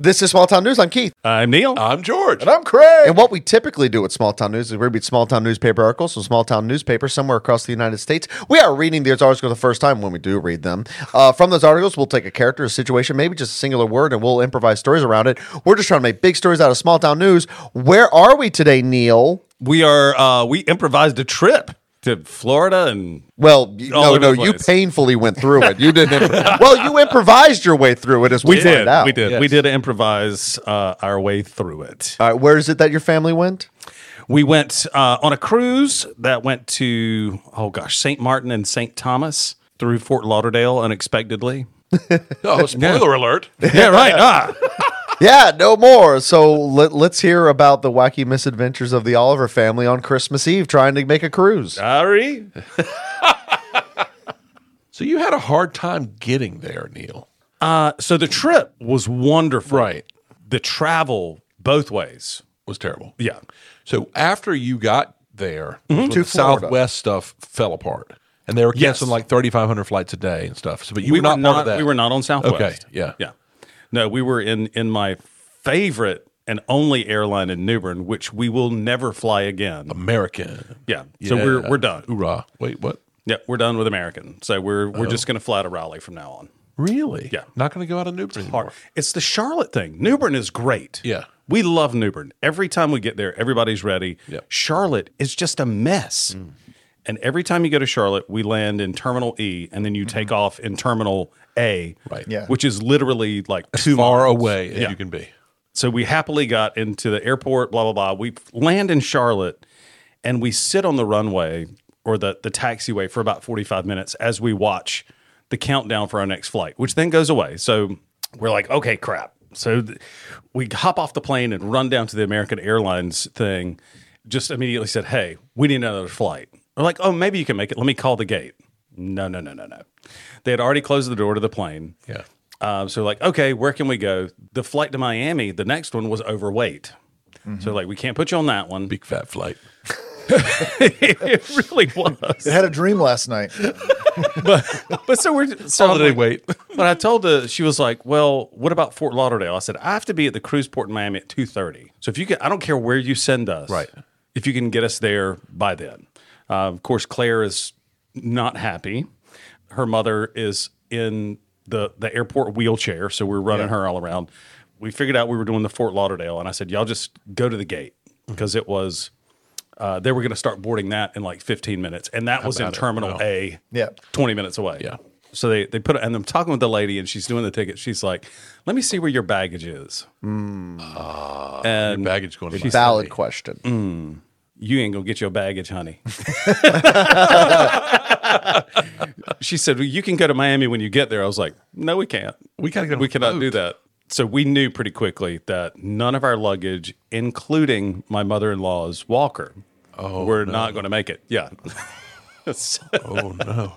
This is Small Town News. I'm Keith. I'm Neil. I'm George. And I'm Craig. And what we typically do with Small Town News is we read small town newspaper articles from small town newspapers somewhere across the United States. We are reading those articles the first time when we do read them. Uh, from those articles, we'll take a character, a situation, maybe just a singular word, and we'll improvise stories around it. We're just trying to make big stories out of small town news. Where are we today, Neil? We are uh, we improvised a trip to Florida and Well, y- All no, over no, the you place. painfully went through it. You didn't. imp- well, you improvised your way through it as we, we did. Find out. We did. Yes. We did improvise uh, our way through it. All right, where is it that your family went? We went uh, on a cruise that went to oh gosh, St. Martin and St. Thomas through Fort Lauderdale unexpectedly. Oh, spoiler alert. yeah, right. Ah. Yeah, no more. So let, let's hear about the wacky misadventures of the Oliver family on Christmas Eve trying to make a cruise. Sorry. So you had a hard time getting there, Neil. Uh, so the trip was wonderful. Right. The travel both ways. Was terrible. Yeah. Mm-hmm. So after you got there, was when To the Florida. Southwest stuff fell apart, and they were Yes. canceling like 3,500 flights a day and stuff. So, but you we were not, part of that. We were not on Southwest. Okay, yeah. Yeah. No, we were in in my favorite and only airline in Newbern, which we will never fly again. American. Yeah. So we're we're done. Hoorah! Wait, what? Yeah, we're done with American. So we're we're Oh. just gonna fly to Raleigh from now on. Really? Yeah. Not going to go out of Newport anymore. Or- It's the Charlotte thing. Newbern is great. Yeah. We love Newbern. Every time we get there, everybody's ready. Yep. Mm. Charlotte is just a mess. And every time you go to Charlotte, we land in Terminal E and then you take off in Terminal A, Mm-hmm. Right. Yeah. which is literally like two Far miles. away as Yeah. you can be. So we happily got into the airport, blah, blah, blah. We land in Charlotte and we sit on the runway or the, the taxiway for about 45 minutes as we watch the countdown for our next flight, which then goes away. So we're like, okay, crap. So th- we hop off the plane and run down to the American Airlines thing. Just immediately said, hey, we need another flight. We're like, oh, maybe you can make it. Let me call the gate. No, no, no, no, no. They had already closed the door to the plane. Yeah. Uh, so like, okay, where can we go? The flight to Miami, the next one was overweight. So like, we can't put you on that one. Big fat flight. it really was. It had a dream last night. But so we're so I'm Holiday like- wait. But I told the she was like, well, what about Fort Lauderdale? I said I have to be at the cruise port in Miami at two thirty. So if you can, I don't care where you send us, Right. If you can get us there by then, uh, of course, Claire is not happy. Her mother is in the the airport wheelchair, so we're running her all around. We figured out we were doing the Fort Lauderdale, and I said, y'all just go to the gate because it was. Uh, they were going to start boarding that in like 15 minutes, and that was in about it? Terminal Wow. A. Yeah. 20 minutes away. Yeah. So they, they put it, and I'm talking with the lady, and she's doing the ticket. She's like, let me see where your baggage is. Hmm. and Baggage going to Miami. Valid question. Mm, you ain't gonna get your baggage, honey. she said, well, you can go to Miami when you get there. I was like, no, we can't. We gotta get on We a cannot boat." do that. So we knew pretty quickly that none of our luggage, including my mother-in-law's walker, oh, were not going to make it. Yeah. so, Oh no.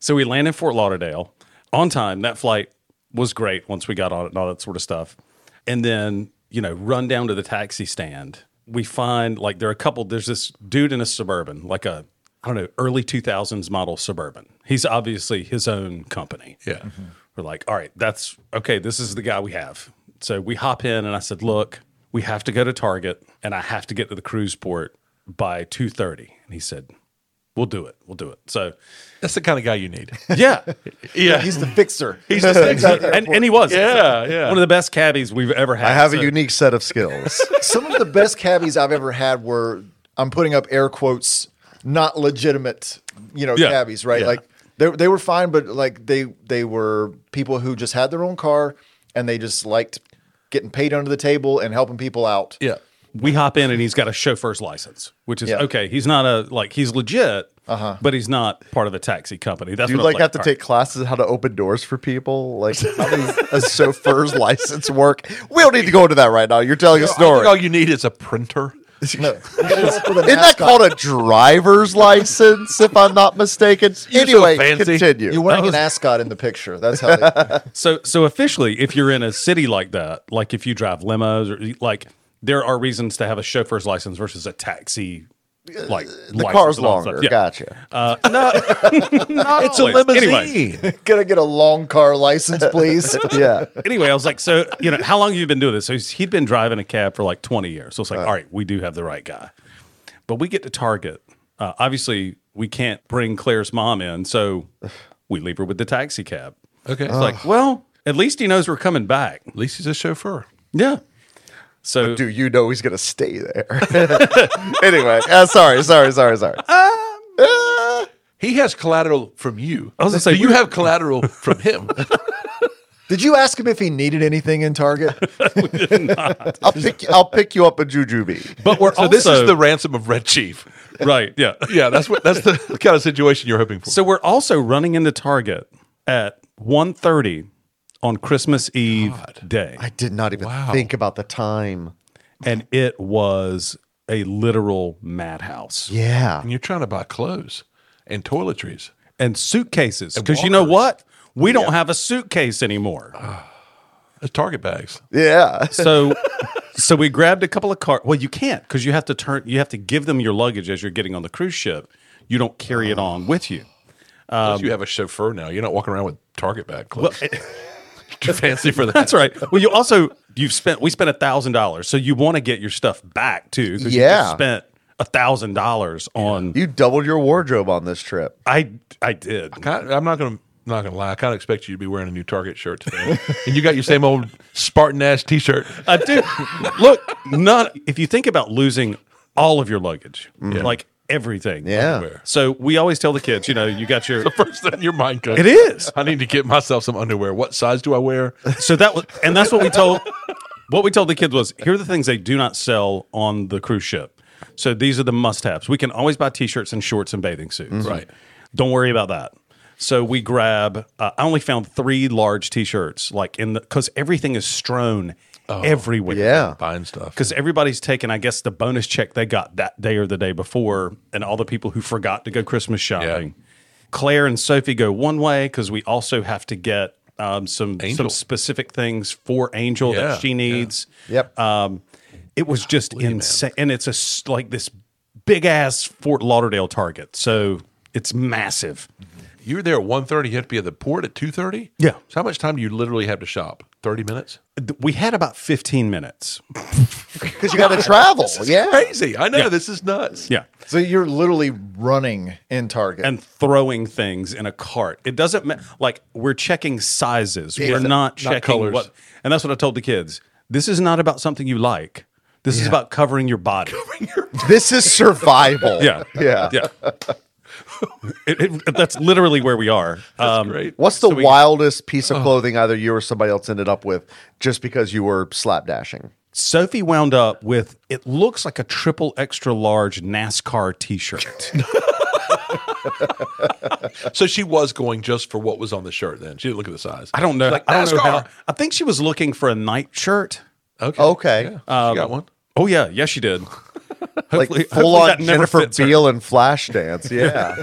So we land in Fort Lauderdale on time. That flight was great once we got on it and all that sort of stuff. And then, you know, run down to the taxi stand. We find like there are a couple, there's this dude in a suburban, like a, I don't know, early 2000s model suburban. He's obviously his own company. Yeah. We're like, all right, that's okay. This is the guy we have. So we hop in, and I said, look, we have to go to Target, and I have to get to the cruise port by two thirty. And he said, we'll do it. We'll do it. So That's the kind of guy you need. yeah, yeah. He's the fixer. He's just and, and he was Yeah, yeah. one of the best cabbies we've ever had. I have So- a unique set of skills. Some of the best cabbies I've ever had were I'm putting up air quotes, not legitimate, you know, Yeah. cabbies, right? Yeah. Like they they were fine, but like they they were people who just had their own car and they just liked getting paid under the table and helping people out. yeah. we hop in and he's got a chauffeur's license, which is Yeah. okay. He's not a like he's legit, but he's not part of a taxi company. That's Do you what I was Uh-huh. like have to all right. take classes on how to open doors for people? Like how does a chauffeur's license work? We don't need to go into that right now. You're telling a I think all story. you need is a printer. No, isn't Isn't that called a driver's license, if I'm not mistaken? anyway, fancy. continue. You're wearing an ascot in the picture. That's how. They, So, so officially, if you're in a city like that, like if you drive limos or like, there are reasons to have a chauffeur's license versus a taxi like Uh, The license car's and all that longer. stuff. Yeah. Uh, Gotcha. it's a always. limousine. Can I get a long car license, please? yeah. anyway, I was like, so you know, how long have you been doing this? So he's- he'd been driving a cab for like twenty years. So it's like, all right, we do have the right guy. But we get to Target. Uh, obviously, we can't bring Claire's mom in, so we leave her with the taxi cab. Okay. It's like, well, at least he knows we're coming back. At least he's a chauffeur. Yeah. So Do you know he's gonna stay there? anyway, uh, sorry, sorry, sorry, sorry. He has collateral from you. I was gonna say, Do you we- have collateral from him? Did you ask him if he needed anything in Target? I'll pick you, I'll pick you up a jujube. but we're so also this is the ransom of Red Chief. right, yeah. Yeah, that's what that's the kind of situation you're hoping for. So we're also running into Target at 1.30 on Christmas Eve day. I did not even think about the time. and it was a literal madhouse Yeah. and you're trying to buy clothes and toiletries. and suitcases because you know what we don't have a suitcase anymore Uh-huh. Those uh, Target bags. Yeah. so so we grabbed a couple of car well you can't because you have to turn you have to give them your luggage as you're getting on the cruise ship you don't carry it on with you Plus you have a chauffeur now. You're not walking around with Target bag clothes. Too fancy for that. that's right well you also you've spent we spent a thousand dollars so you want to get your stuff back too 'cause you Yeah. just spent a thousand dollars on You doubled your wardrobe on this trip. i i did Kind I'm not gonna not gonna lie. I kind of expect you to be wearing a new Target shirt today, and you got your same old Spartan ass T-shirt. I do. Look, not if you think about losing all of your luggage, like everything. Mm-hmm. Yeah. everywhere. So we always tell the kids, you know, you got your. First thing your mind goes. It is. I need to get myself some underwear. What size do I wear? So that was, and that's what we told. What we told the kids was, here are the things they do not sell on the cruise ship. So these are the must-haves. We can always buy t-shirts and shorts and bathing suits. Mm-hmm. Right. Don't worry about that. So we grab. Uh, I only found three large t-shirts, like in the because everything is strewn everywhere. Oh. Yeah. Buying stuff. because everybody's taken, I guess, the bonus check they got that day or the day before, and all the people who forgot to go Christmas shopping. Claire and Sophie go one way because we also have to get um, some some Angel. specific things for Angel Yeah, that she yeah. needs. Yep. Um, it was just insane, and it's a s- like this big ass Fort Lauderdale Target, so it's massive. You're there at 1.30. You have to be at the port at 2.30? Yeah. So how much time do you literally have to shop? 30 minutes? Th- We had about fifteen minutes. Because you got to travel. Yeah. Crazy. I know. This is nuts. Yeah. So you're literally running in Target. and throwing things in a cart. It doesn't ma- like we're checking sizes. We're not checking colors. what. And that's what I told the kids. This is not about something you like. This is about covering your body. This is survival. yeah, Yeah. yeah. It- it- that's literally where we are. Um, Great. What's the wildest piece Oh. of clothing either you or somebody else ended up with just because you were slapdashing? Sophie wound up with it looks like a triple extra large NASCAR T-shirt. So she was going just for what was on the shirt then. She didn't look at the size. I don't know. She's Like, I don't know how. "NASCAR." I think she was looking for a night shirt. Okay. Okay. Yeah. she got one. Oh yeah, yes she did. Like Hopefully- full hopefully on that never Jennifer fits her. Beal and Flashdance. Yeah.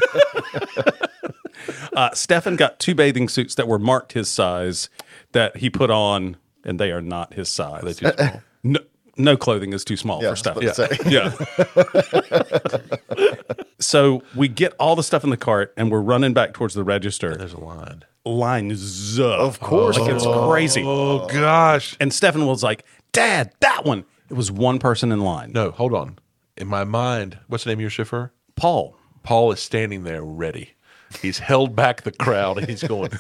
Uh, Stefan got two bathing suits that were marked his size that he put on, and they are not his size. Too small. No, no clothing is too small Yeah, I for was Stefan. about to say. yeah. so we get all the stuff in the cart, and we're running back towards the register. There's a line. Lines up. Of course. Like it's crazy. Oh, gosh. And Stefan was like, Dad, that one. It was one person in line. No, hold on. In my mind, what's the name of your chauffeur? Paul. Paul is standing there ready. He's held back the crowd and he's going,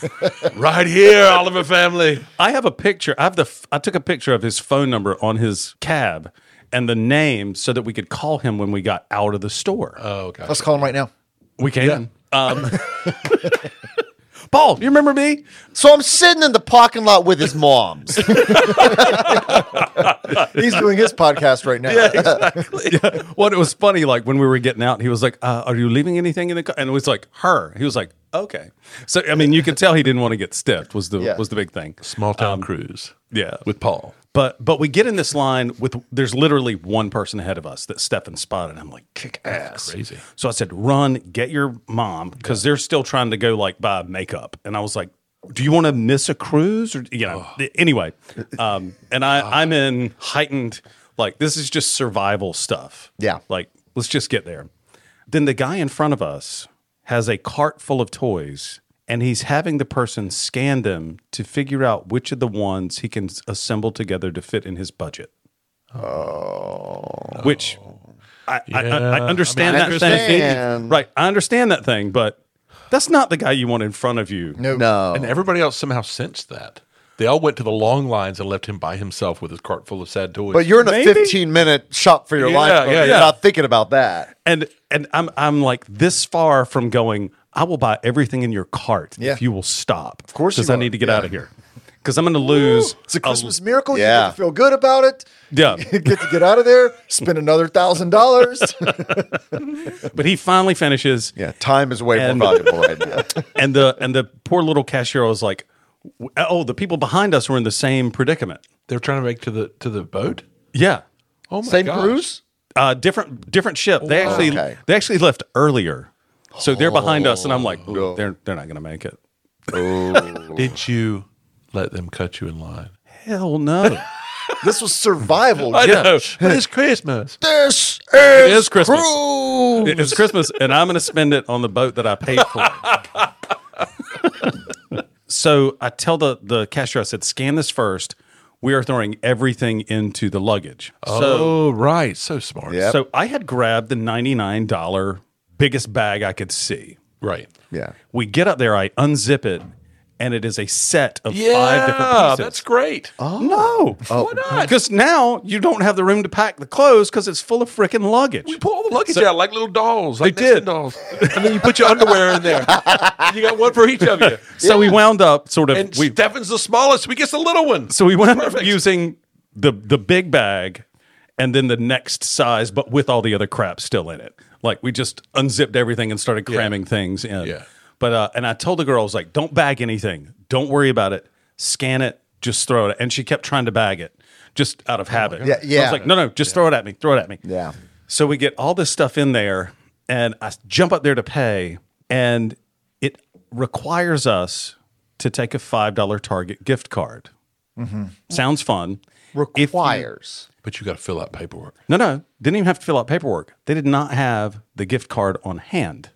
right here, Oliver family. I have a picture. I have the. f- I took a picture of his phone number on his cab and the name so that we could call him when we got out of the store. Oh, okay. Let's call him right now. we can. Um, Paul, you remember me? so I'm sitting in the parking lot with his moms. He's doing his podcast right now. Well, it was funny. Like when we were getting out, he was like, uh, "Are you leaving anything in the car?" And it was like, "Her." He was like, "Okay." So I mean, you could tell he didn't want to get stiffed. Was the Yeah. was the big thing. Small town cruise. yeah. With Paul. But but we get in this line with there's literally one person ahead of us that Stefan spotted. I'm like kick ass, crazy. So I said, "Run, get your mom," because they're still trying to go like buy makeup, and I was like, "Do you want to miss a cruise?" Or you know, th- anyway. Um, and I I'm in heightened like this is just survival stuff. Yeah. like Let's just get there. Then the guy in front of us has a cart full of toys and he's having the person scan them to figure out which of the ones he can s- assemble together to fit in his budget. Oh. Which I, I- I, I Yeah. understand I that thing. understand. Right. I understand that thing, but that's not the guy you want in front of you. No, No. And everybody else somehow sensed that. They all went to the long lines and left him by himself with his cart full of sad toys. But you're in a Maybe. 15 minute shop for your Yeah, life. Yeah, yeah, you're yeah. not thinking about that. and and I'm I'm like this far from going. I will buy everything in your cart Yeah. if you will stop. Of course because you I are. need to get Yeah. out of here. Because I'm going to lose. It's a Christmas Um, miracle. You Yeah. get to feel good about it. Yeah, You get to get out of there, spend another thousand dollars. but he finally finishes, Yeah, time is way And- Oh more valuable right now. and the and the poor little cashier was like, "Oh, the people behind us were in the same predicament." They're trying to make to the to the boat. Yeah, Oh my Same gosh. cruise? uh, different different ship. They actually Okay. they actually left earlier, so they're behind us, and I'm like, "Ooh, No. "They're they're not going to make it." Did you let them cut you in line? Hell no. this was survival. I Yeah. know. But it's Christmas. This is, is Christmas. cruise. It- It's Christmas, and I'm going to spend it on the boat that I paid for. so I tell the the cashier, I said, scan this first. We are throwing everything into the luggage. So, oh right, so smart. Yeah. so I had grabbed the ninety nine dollar biggest bag I could see. Right. Yeah. We get up there, I unzip it, and it is a set of Yeah, five different that's Oh. pieces. great. Oh. no, Why not? because now you don't have the room to pack the clothes because it's full of freaking luggage. You pull all the luggage out like little dolls. Like They did. Nessun dolls. And then you put your underwear in there. you got one for each of you. So we wound up sort of And we, Stefan's the smallest. We get the little one. So we wound up Perfect. using the the big bag and then the next size, but with all the other crap still in it. Like we just unzipped everything and started cramming things in. Yeah. But uh, and I told the girl, I was like, "Don't bag anything. Don't worry about it. Scan it. Just throw it." And she kept trying to bag it, just out of habit. Oh Yeah, So I was yeah. like, "No, no, just throw it at me. Throw it at me." Yeah. So we get all this stuff in there, and I jump up there to pay, and it requires us to take a five dollar Target gift card. Sounds fun. If you- Requires. But you got to fill out paperwork. no, no, didn't even have to fill out paperwork. They did not have the gift card on hand,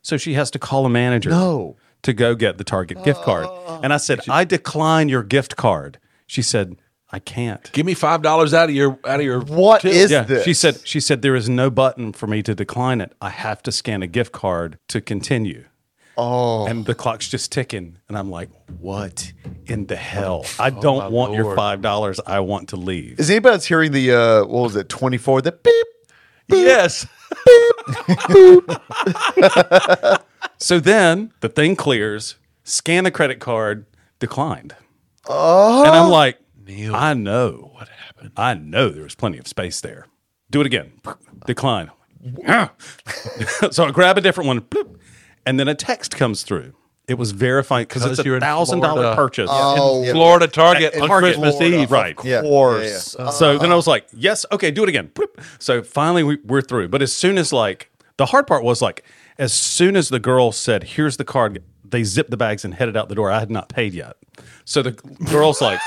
so she has to call a manager. No. to go get the Target gift card, and I said, "I decline your gift card." She said, "I can't." Give me five dollars out of your out of your What tip. is Yeah, this? she said. She said there is no button for me to decline it. I have to scan a gift card to continue. Oh, and the clock's just ticking, and I'm like, "What in the hell? I don't want your Lord. five dollars. I want to leave." Is anybody else hearing the, uh, what was it, 24? The beep. Yes. So then the thing clears, scan the credit card, declined. Oh. And I'm like, Neil. I know what happened. I know there was plenty of space there. Do it again. Decline. so I grab a different one, bloop, and then a text comes through. It was verifying because it's Because you're a in thousand dollar Florida. purchase. Oh, yeah. Florida Target on Target. Christmas Florida. Eve. Right. Of Yeah. course. So then I was like, yes, okay, do it again. Bloop. So finally we, we're through. But as soon as like the hard part was like as soon as the girl said, "Here's the card," they zipped the bags and headed out the door. I had not paid yet. So the girl's like,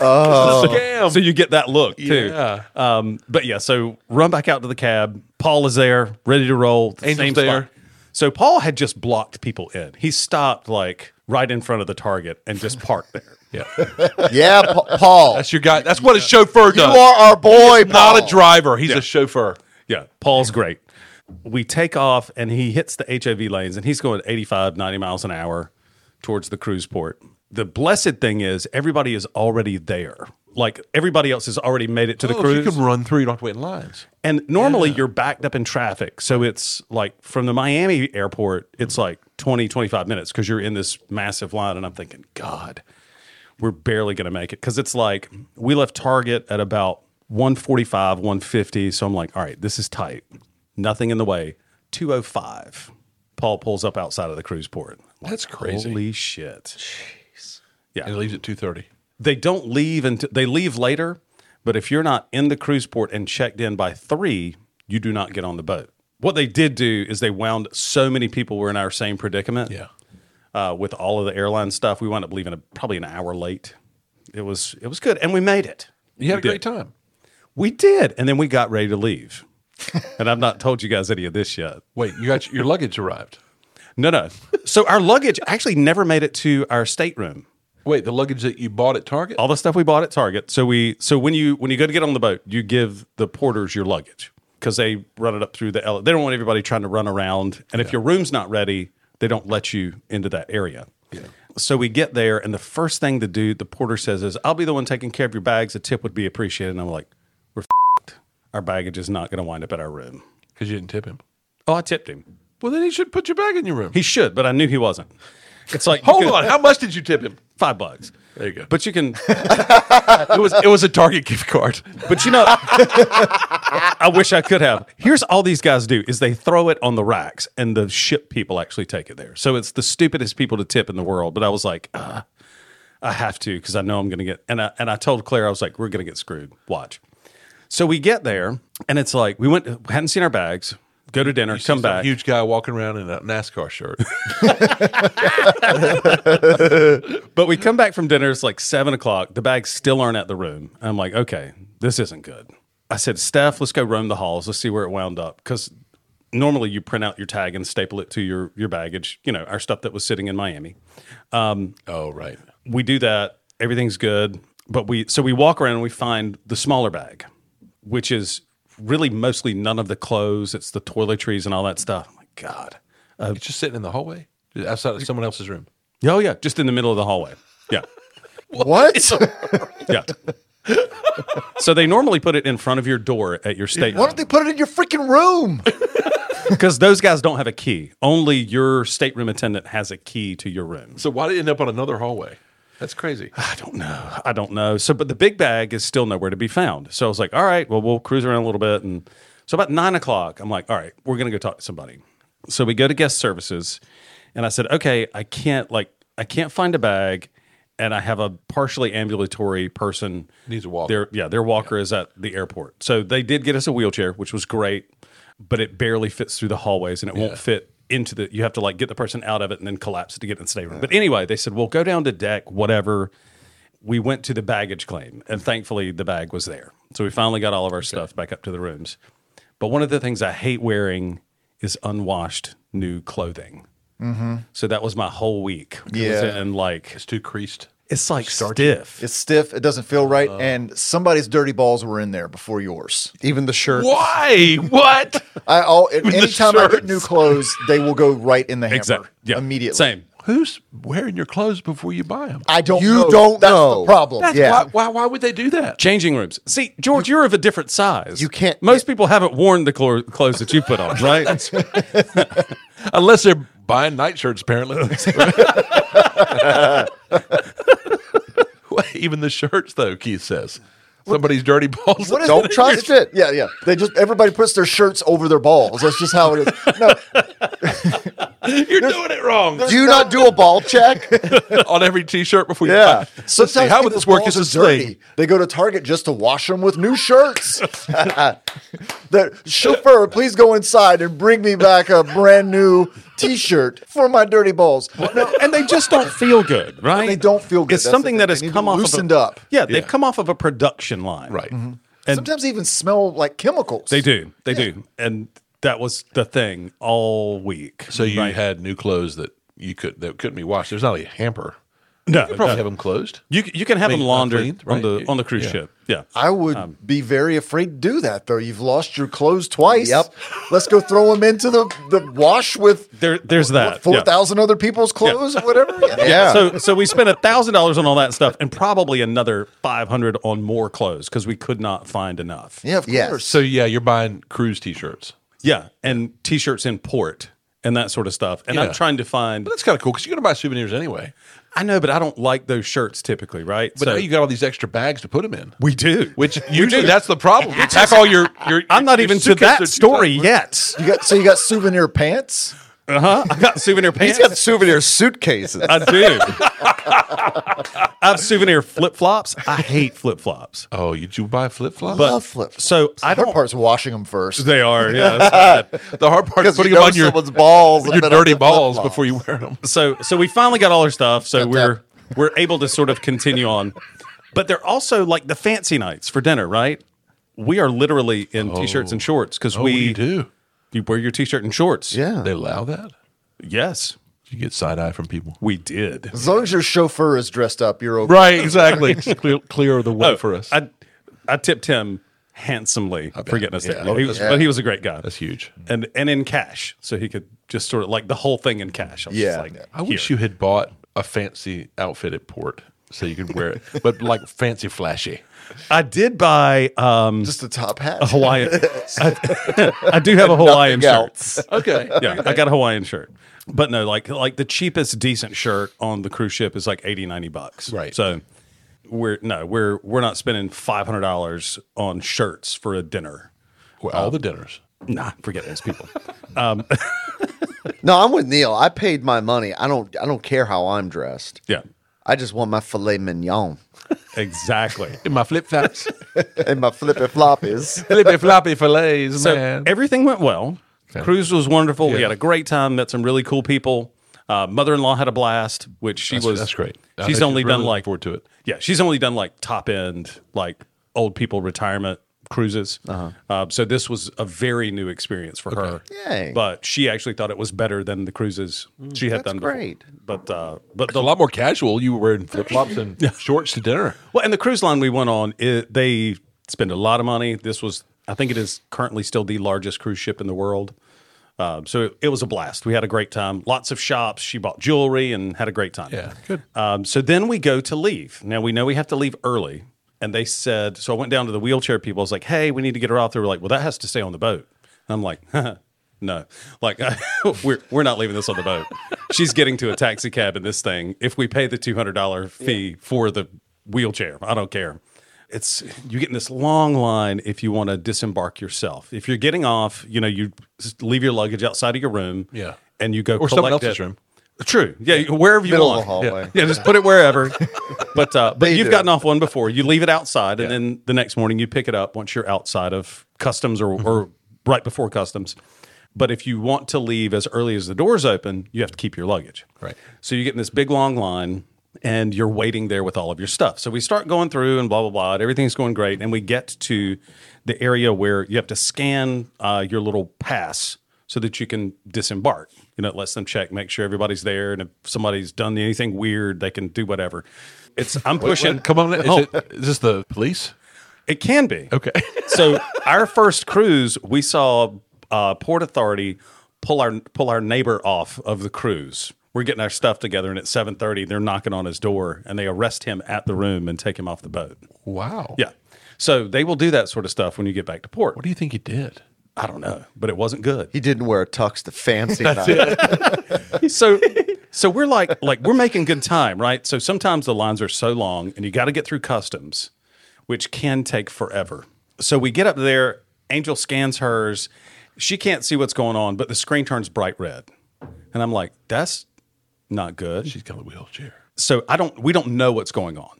Uh-huh. Scam. so you get that look too. Yeah. Um, but yeah, so run back out to the cab. Paul is there, ready to roll. The Angel's spot. there. So Paul had just blocked people in. He stopped like right in front of the target and just parked there. Yeah. yeah, Pa- Paul. That's your guy. That's what a chauffeur You does. are our boy, Paul. not a driver. He's a chauffeur. Yeah, Paul's great. We take off and he hits the HOV lanes and he's going 85, 90 miles an hour towards the cruise port. The blessed thing is everybody is already there. Like everybody else has already made it to the Oh, cruise. You can run through. You don't have to wait in lines. and normally you're backed up in traffic. So it's like from the Miami airport, it's like 20, 25 minutes because you're in this massive line. And I'm thinking, God, we're barely going to make it. Because it's like we left Target at about 145, 150. So I'm like, all right, this is tight. Nothing in the way. 205. Paul pulls up outside of the cruise port. Like, That's crazy. Holy shit. And it leaves at two thirty. They don't leave until they leave later, but if you're not in the cruise port and checked in by three, you do not get on the boat. What they did do is they wound so many people were in our same predicament. Yeah. Uh, with all of the airline stuff, we wound up leaving a, probably an hour late. It was it was good, and we made it. You had We a great did. time. We did, and then we got ready to leave. and I've not told you guys any of this yet. Wait, you got your luggage arrived. No, no. So our luggage actually never made it to our stateroom. Wait, the luggage that you bought at Target? All the stuff we bought at Target. So we so when you when you go to get on the boat, you give the porters your luggage because they run it up through the ele- they don't want everybody trying to run around. And if your room's not ready, they don't let you into that area. So we get there, and the first thing the dude, the porter says, is, "I'll be the one taking care of your bags. A tip would be appreciated." And I'm like, "We're f***ed. our baggage is not going to wind up at our room." Because you didn't tip him. Oh, I tipped him. Well, then he should put your bag in your room. He should, but I knew he wasn't. It's like you Hold could- on. How much did you tip him? five bucks. There you go. But you can, it was it was a Target gift card. but you know, I wish I could have. Here's all these guys do is they throw it on the racks, and the ship people actually take it there. So it's the stupidest people to tip in the world. But I was like, uh, I have to because I know I'm going to get. And I and I told Claire I was like, we're going to get screwed. Watch. So we get there, and it's like we went hadn't seen our bags. Go to dinner, come Some back. Huge guy walking around in a NASCAR shirt. But we come back from dinner. It's like seven o'clock. The bags still aren't at the room. I'm like, okay, this isn't good. I said, Steph, let's go roam the halls. Let's see where it wound up. Because normally you print out your tag and staple it to your your baggage. You know, our stuff that was sitting in Miami. oh right. We do that. Everything's good. But we so we walk around and we find the smaller bag, which is really mostly none of the clothes. It's the toiletries and all that stuff. I'm like, God. It's just sitting in the hallway, Just outside of someone else's room. Oh yeah, just in the middle of the hallway. Yeah. What? Yeah. so they normally put it in front of your door at your state. Why don't they put it in your freaking room? Because those guys don't have a key. Only your stateroom attendant has a key to your room. So why did it end up on another hallway? That's crazy. I don't know. I don't know. So, but the big bag is still nowhere to be found. So I was like, all right, well, we'll cruise around a little bit. And so about nine o'clock, I'm like, all right, we're going to go talk to somebody. So we go to guest services. And I said, okay, I can't, like, I can't find a bag. And I have a partially ambulatory person. Needs a walker. Their, yeah, their walker is at the airport. So they did get us a wheelchair, which was great, but it barely fits through the hallways and it won't fit into the, you have to like get the person out of it and then collapse it to get in the state room. But anyway, they said, well, go down to deck, whatever we went to the baggage claim, and thankfully the bag was there. So we finally got all of our stuff back up to the rooms. But one of the things I hate wearing is unwashed new clothing. So that was my whole week. It was Mm-hmm. Yeah. in like It's too creased. it's like stiff. It's stiff. It doesn't feel right. and somebody's dirty balls were in there before yours. Even the shirt. Why? What? I all the anytime I get shirts. new clothes, they will go right in the hamper Exact- immediately. Same. Who's wearing your clothes before you buy them? I don't. You know. don't That's know. the problem. That's yeah. why, why? Why would they do that? Changing rooms. See, George, you, are of a different size. You can't- Most people haven't worn the clo- clothes that you put on, right? Unless they're buying nightshirts, apparently. Even the shirts, though, Keith says. Somebody's dirty balls. What is Don't it? trust it. Yeah, yeah. They just everybody puts their shirts over their balls. That's just how it is. No, You're doing it wrong Do you not do a ball check? on every T-shirt before you buy. Yeah. Let's see, how would people's this work balls as a are dirty. sling? They go to Target just to wash them with new shirts. the chauffeur, please go inside and bring me back a brand new T-shirt for my dirty balls. No, and they just don't feel good, right? They don't feel good. It's That's something that the thing. has They need to come off loosened of a, up. Yeah, they've Yeah. come off of a production line, Right. Mm-hmm. sometimes even smell like chemicals. They do. They do. And that was the thing all week. So you had new clothes that you could that couldn't be washed. There's not a hamper. no, You probably no. have them closed. You c- you can have I mean, them laundered uncleaned, on right? the on the cruise Yeah. ship. Yeah. I would be very afraid to do that though. You've lost your clothes twice. Yep. Let's go throw them into the, the wash with There there's that. four yeah. thousand other people's clothes or whatever. Yeah. Yeah. So so we spent a thousand dollars on all that stuff and probably another five hundred on more clothes because we could not find enough. Yeah, of Yes. course. So yeah, you're buying cruise T-shirts. Yeah. And t shirts in port and that sort of stuff. And Yeah. I'm trying to find But that's kind of cool because you're gonna buy souvenirs anyway. I know, but I don't like those shirts typically, right? But now you got all these extra bags to put them in. we do. Which usually that's the problem. You pack all your your. I'm not your even to suitcase that you- story yet. You got so you got souvenir pants. Uh-huh. I got souvenir pants. He's got souvenir suitcases. I do. I have souvenir flip flops. I hate flip flops. Oh, you do buy flip flops. But love flip-flops. so I Hard don't. part's washing them first. They are yeah. that's bad. the hard part is Because you putting know them on your someone's balls. your dirty balls before you wear them. so so we finally got all our stuff. So Tap, we're we're able to sort of continue on. But they're also like the fancy nights for dinner, right? we are literally in t-shirts and shorts because Oh, we you do. You wear your t-shirt and shorts. Yeah. They allow that? Yes, You get side eye from people. we did. As long as your chauffeur is dressed up, you're okay. Right, exactly. clear, clear the way Oh, for us. I I tipped him handsomely for getting us there. He was, But he was a great guy. That's huge. And and in cash, so he could just sort of like the whole thing in cash. I was just Yeah. like, I wish you had bought a fancy outfit at port so you could wear it, but like fancy flashy. I did buy um, Just a top hat. Hawaiian. I, I do have a Hawaiian else. shirt. Okay. Yeah, I got a Hawaiian shirt. But no, like like the cheapest decent shirt on the cruise ship is like 80 90 bucks. Right. So we're no, we're we're not spending $500 on shirts for a dinner. Well, all the dinners. Nah, forget those people. No, I'm with Neil. I paid my money. I don't. I don't care how I'm dressed. yeah. I just want my filet mignon Exactly. In my flip flops. and my flippy floppies. Flippy floppy fillets, So man. everything went well. Cruise was wonderful. We had a great time. Met some really cool people. Uh, mother-in-law had a blast, which she That's- was. that's great. I think She's she's only really done looking like forward to it. Yeah, she's only done like top end, like old people retirement cruises. Uh-huh. uh so this was a very new experience for her. Yay. But she actually thought it was better than the cruises she had that's done. before. great. But uh, but a the lot more casual. You were wearing flip flops and shorts to dinner. well, and the cruise line we went on, it, they spend a lot of money. This was, I think, it is currently still the largest cruise ship in the world. Um, so it, it was a blast. We had a great time. Lots of shops. She bought jewelry and had a great time. Yeah, good. Um, so then we go to leave. Now we know we have to leave early. And they said, so I went down to the wheelchair people. I was like, hey, we need to get her off. They were like, well, that has to stay on the boat. And I'm like, no, like we're we're not leaving this on the boat. She's getting to a taxi cab in this thing. If we pay the two hundred dollar fee for the wheelchair, I don't care. It's you get in this long line if you want to disembark yourself. If you're getting off, you know you s- leave your luggage outside of your room. Yeah. and you go Or someone collect else's it. room. True. Yeah, you- wherever you Middle of want. the hallway. Yeah. Yeah, just put it wherever. but uh, but They you've do. gotten off one before. You leave it outside, and Yeah. then the next morning you pick it up once you're outside of customs or, or Mm-hmm. right before customs. But if you want to leave as early as the doors open, you have to keep your luggage. Right. So you get in this big long line and you're waiting there with all of your stuff. So we start going through and blah, blah, blah. And everything's going great. And we get to the area where you have to scan uh, your little pass so that you can disembark. You know, it lets them check, make sure everybody's there. And if somebody's done anything weird, they can do whatever. It's, I'm pushing. Come on. Is, Oh. it, is this the police? It can be. Okay. so our first cruise, we saw uh, Port Authority pull our pull our neighbor off of the cruise. We're getting our stuff together, and at seven thirty, they're knocking on his door, and they arrest him at the room and take him off the boat. Wow. Yeah, so they will do that sort of stuff when you get back to port. What do you think he did? I don't know, but it wasn't good. He didn't wear a tux to fancy night. so so we're like like we're making good time right so sometimes the lines are so long and you got to get through customs which can take forever so we get up there angel scans hers she can't see what's going on but the screen turns bright red and i'm like that's not good She's got a wheelchair. so I don't we don't know what's going on.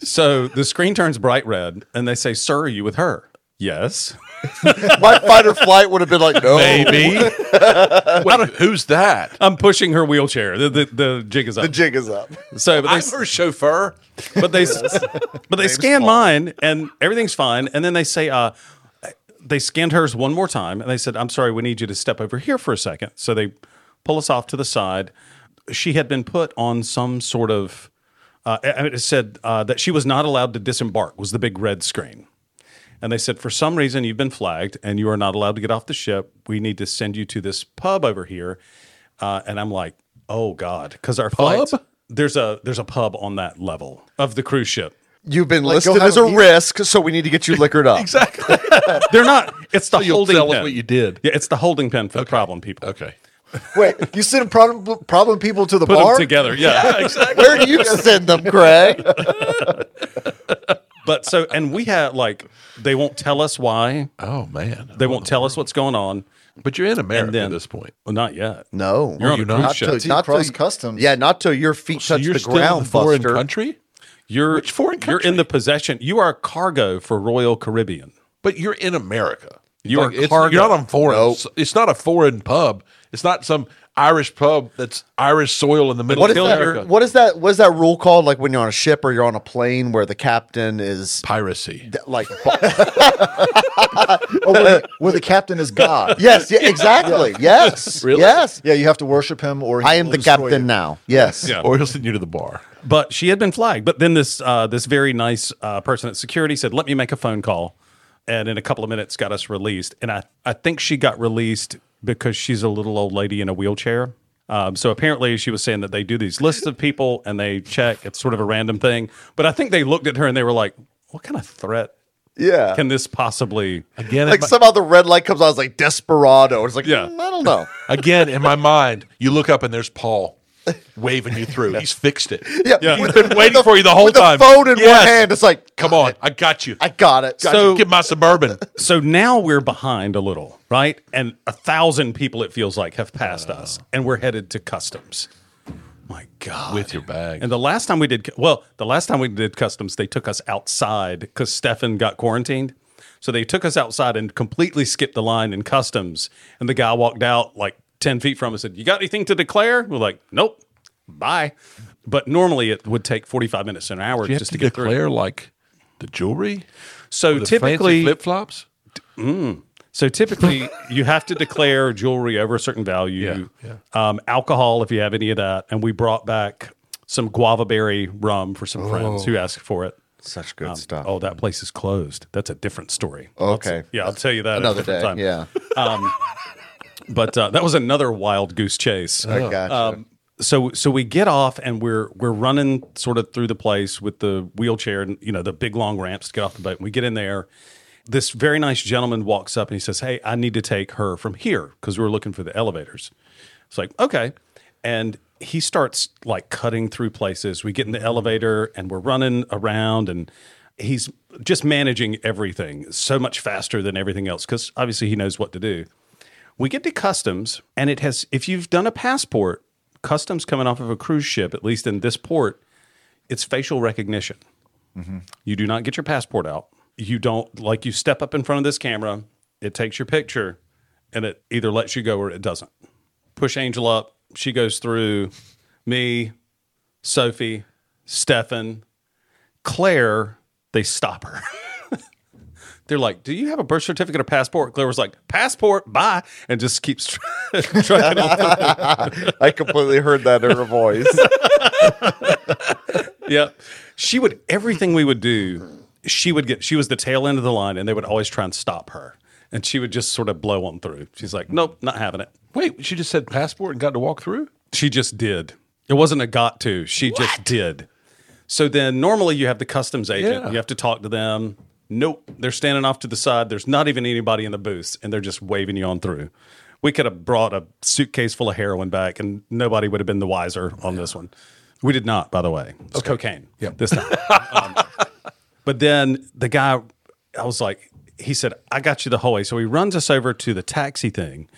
so the screen turns bright red and they say, Sir, are you with her? Yes. My fight or flight would have been like, no. Maybe. Oh. Wait, who's that? I'm pushing her wheelchair. The the, the jig is up. The jig is up. so but they, her chauffeur. but they but they scan mine and everything's fine and then they say uh they scanned hers one more time and they said i'm sorry we need you to step over here for a second so they pull us off to the side she had been put on some sort of uh, I- I mean, it said uh, that she was not allowed to disembark was the big red screen and they said for some reason you've been flagged and you are not allowed to get off the ship we need to send you to this pub over here uh, and i'm like oh god because our flight Pub? there's a there's a pub on that level of the cruise ship You've been go listed have as a a beer. risk, so we need to get you liquored up. exactly. They're not. It's the You'll holding tell pen. us what you did. Yeah, it's the holding pen for the problem people. Okay. Uh, Wait, you send problem problem people to the Put bar them together. Yeah. Where do you send them, Craig? but so, and we had like, they won't tell us why. Oh man. They won't tell us what's going on. But you're in America then- at this point. Well, not yet. No. You're on a you're not. cruise ship. Not till you cross customs. Yeah, not till your feet So touch you're the still in a ground, foreign Buster. country, You're Which foreign You're in country? the possession. You are cargo for Royal Caribbean. but you're in America. You Like, are it's, cargo. you're not on foreign. Nope. It's, it's not a foreign pub. It's not some Irish pub that's Irish soil in the middle What is of America. that? What is that? What is that rule called? Like when you're on a ship or you're on a plane where the captain is Piracy. like, Oh, where, the- where the captain is God. yes, yeah, exactly, yes, Really? yes. Yeah, you have to worship him, or he I am will the destroy captain you. now. Yes. Yeah. Or he'll send you to the bar. but she had been flagged. But then this uh, this very nice uh, person at security said, "Let me make a phone call," and in a couple of minutes got us released. And I I think she got released because she's a little old lady in a wheelchair. Um, so apparently she was saying that they do these lists of people and they check. It's sort of a random thing. But I think they looked at her and they were like, "What kind of threat Yeah. can this possibly?" Again, like in my, somehow the red light comes on. It's like desperado. It's like Yeah. mm, I don't know. again in my mind, you look up and there's Paul waving you through. He's fixed it. Yeah, Yeah. He's been waiting for you the whole With time. the phone in Yes. one hand, it's like Come on, I got you. I got it. got So- you. Get my suburban. So now we're behind a little, right? And a thousand people, it feels like, have Uh. passed us, and we're headed to customs. My God, With your bag. And the last time we did, well, the last time we did customs, they took us outside because Stefan got quarantined. So they took us outside and completely skipped the line in customs. And the guy walked out like ten feet from us and said, "You got anything to declare?" We're like, "Nope, bye." But normally it would take forty five minutes to an hour you have just to, to get through. declare like the jewelry, So the typically, flip flops. So typically, you have to declare jewelry over a certain value, Yeah, Um, alcohol if you have any of that, and we brought back some guava berry rum for some Oh. friends who asked for it. Such good Um, stuff. Oh, that place is closed. That's a different story. okay. Yeah, I'll tell you that at a Another day. different time. Yeah. But uh, that was another wild goose chase. I gotcha. Um, so so we get off and we're we're running sort of through the place with the wheelchair and you know the big long ramps to get off the boat. And we get in there. This very nice gentleman walks up and he says, "Hey, I need to take her from here because we were looking for the elevators." It's like okay, and he starts like cutting through places. We get in the elevator and we're running around and he's just managing everything so much faster than everything else because obviously he knows what to do. We get to customs, and it has, if you've done a passport, customs coming off of a cruise ship, at least in this port, it's facial recognition. You do not get your passport out. You don't, like, you step up in front of this camera, it takes your picture, and it either lets you go or it doesn't. Push Angel up. She goes through me, Sophie, Stefan, Claire. They stop her. They're like, "Do you have a birth certificate or passport?" Claire was like, "Passport, bye," and just keeps tr- trucking on. I completely heard that in her voice. Yep. She would everything we would do. She would get. She was the tail end of the line, and they would always try and stop her, and she would just sort of blow on through. She's like, "Nope, not having it." Wait, she just said passport and got to walk through. She just did. It wasn't a got to. She just did. So then normally you have the customs agent. Yeah. You have to talk to them. Nope. They're standing off to the side. There's not even anybody in the booths and they're just waving you on through. We could have brought a suitcase full of heroin back and nobody would have been the wiser on this one. We did not, by the way. It's cocaine. Yeah. This time. But then the guy, I was like, he said, I got you the whole way. So he runs us over to the taxi thing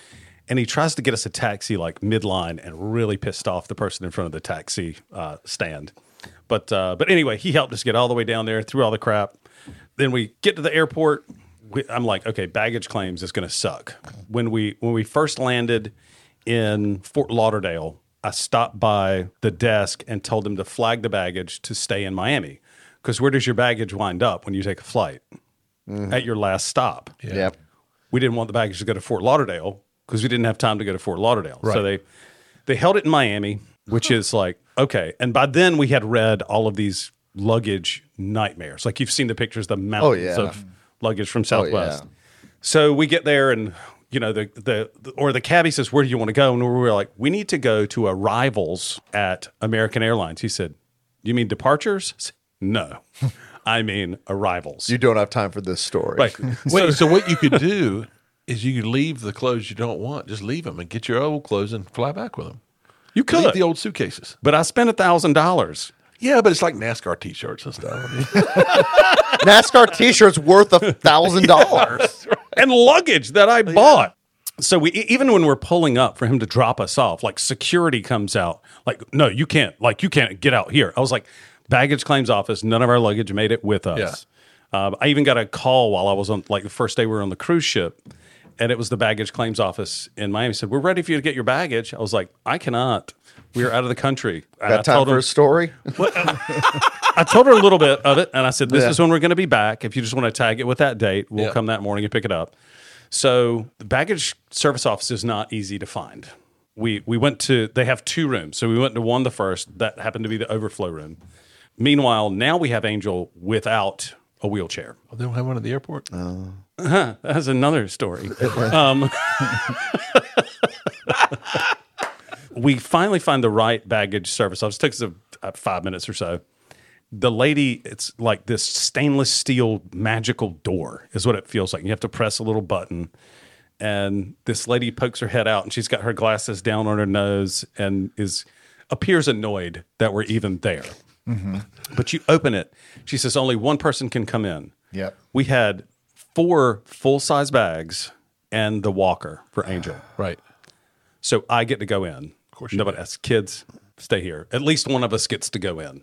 and he tries to get us a taxi like midline and really pissed off the person in front of the taxi uh, stand. But, uh, but anyway, he helped us get all the way down there through all the crap. Then we get to the airport. We, I'm like, okay, baggage claims is going to suck. When we, when we first landed in Fort Lauderdale, I stopped by the desk and told them to flag the baggage to stay in Miami. Because where does your baggage wind up when you take a flight? At your last stop. yep. We didn't want the baggage to go to Fort Lauderdale because we didn't have time to go to Fort Lauderdale. So they they held it in Miami, which is like, okay. And by then we had read all of these luggage nightmares. Like you've seen the pictures, the mountains Oh, yeah. Oh, of luggage from Southwest. So we get there and you know the, the the- or the cabbie says where do you want to go and we were like we need to go to arrivals at American Airlines. He said, "You mean departures?" I said, no. I mean arrivals. You don't have time for this story. right. Wait, so what you could do is you could leave the clothes you don't want, just leave them and get your old clothes and fly back with them. You could Leave the old suitcases. But I spent a thousand dollars. Yeah, but it's like NASCAR T-shirts and stuff. NASCAR T-shirts worth a thousand dollars. and luggage that I bought. So we e- even when we're pulling up for him to drop us off, like security comes out, like, no, you can't, like you can't get out here. I was like, baggage claims office, none of our luggage made it with us. Um, I even got a call while I was on like the first day we were on the cruise ship. and it was the baggage claims office in Miami. Said, "We're ready for you to get your baggage." I was like, "I cannot. We are out of the country." And I Got time told for him, a story? I told her a little bit of it, and I said, "This Yeah. is when we're going to be back. If you just want to tag it with that date, we'll Yeah. come that morning and pick it up." So the baggage service office is not easy to find. We we went to they have two rooms, so we went to one the first that happened to be the overflow room. Meanwhile, now we have Angel without a wheelchair. Oh, they don't have one at the airport. That's another story. um, we finally find the right baggage service office. It took us a, uh, five minutes or so. The lady, it's like this stainless steel magical door, is what it feels like. You have to press a little button, and this lady pokes her head out, and she's got her glasses down on her nose, and is appears annoyed that we're even there. But you open it. She says only one person can come in. Yep. We had four full size bags and the walker for Angel. Right. So I get to go in. Of course, nobody else. Kids, stay here. At least one of us gets to go in,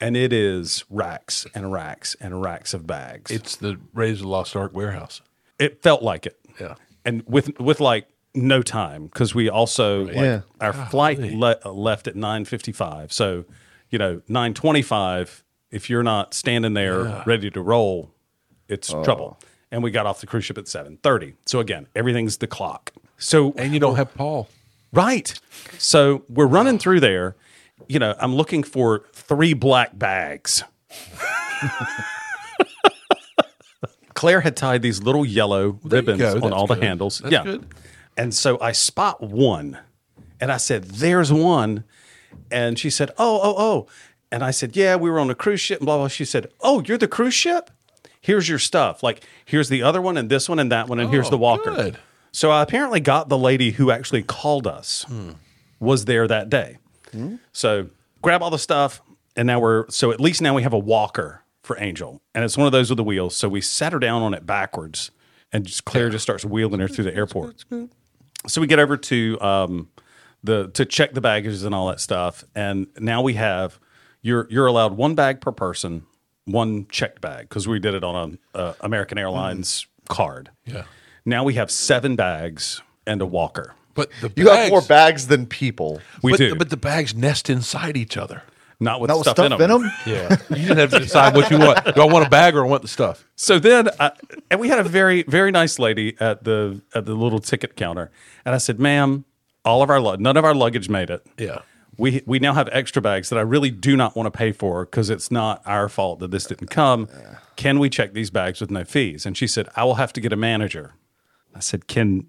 and it is racks and racks and racks of bags. It, It's the Raiders of the Lost Ark warehouse. it felt like it. Yeah. and with with like no time because we also like, Yeah. our flight le- left at nine fifty five. So you know nine twenty five. If you're not standing there ready to roll, it's trouble. And we got off the cruise ship at seven thirty. So again, everything's the clock. So And you don't have Paul. Right. So we're running through there. You know, I'm looking for three black bags. Claire had tied these little yellow ribbons go. on That's all the good. handles. That's yeah. good. And so I spot one and I said, There's one. And she said, Oh, oh, oh. And I said, Yeah, we were on a cruise ship, and blah, blah. She said, Oh, you're the cruise ship? Here's your stuff. Like, here's the other one, and this one, and that one, and here's Oh, the walker. good. So I apparently got the lady who actually called us Hmm. was there that day. So grab all the stuff, and now we're so at least now we have a walker for Angel, and it's one of those with the wheels. So we sat her down on it backwards, and just Claire just starts wheeling her through the airport. So we get over to um, the to check the baggages and all that stuff, and now we have you're you're allowed one bag per person, one checked bag because we did it on a uh, American Airlines card. Yeah. Now we have seven bags and a walker. But the You bags, have more bags than people. We but, do, But the bags nest inside each other. not with That was stuff, in stuff them. venom. Yeah. you didn't have to decide what you want. Do I want a bag or I want the stuff? So then, I, and we had a very very nice lady at the at the little ticket counter, and I said, "Ma'am, all of our lug none of our luggage made it. Yeah. we we now have extra bags that I really do not want to pay for because it's not our fault that this didn't come. Can we check these bags with no fees?" And she said, "I will have to get a manager." I said, "Can."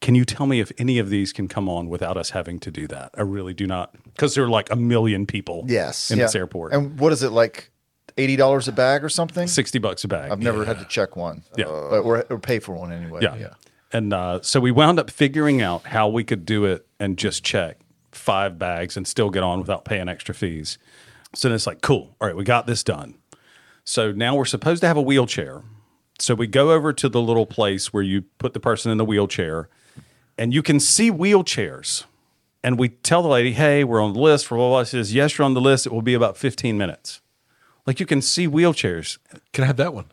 Can you tell me if any of these can come on without us having to do that? I really do not, because there are like a million people. Yes. in Yeah. this airport, And what is it like? Eighty dollars a bag or something? sixty bucks a bag. I've never had to check one. Yeah. Uh, or, or pay for one anyway. Yeah. And uh, so we wound up figuring out how we could do it and just check five bags and still get on without paying extra fees. So then it's like, cool. All right, we got this done. So now we're supposed to have a wheelchair. So we go over to the little place where you put the person in the wheelchair and you can see wheelchairs. And we tell the lady, hey, we're on the list for blah, blah. blah." She says, yes, you're on the list. It will be about 15 minutes. Like you can see wheelchairs Can I have that one?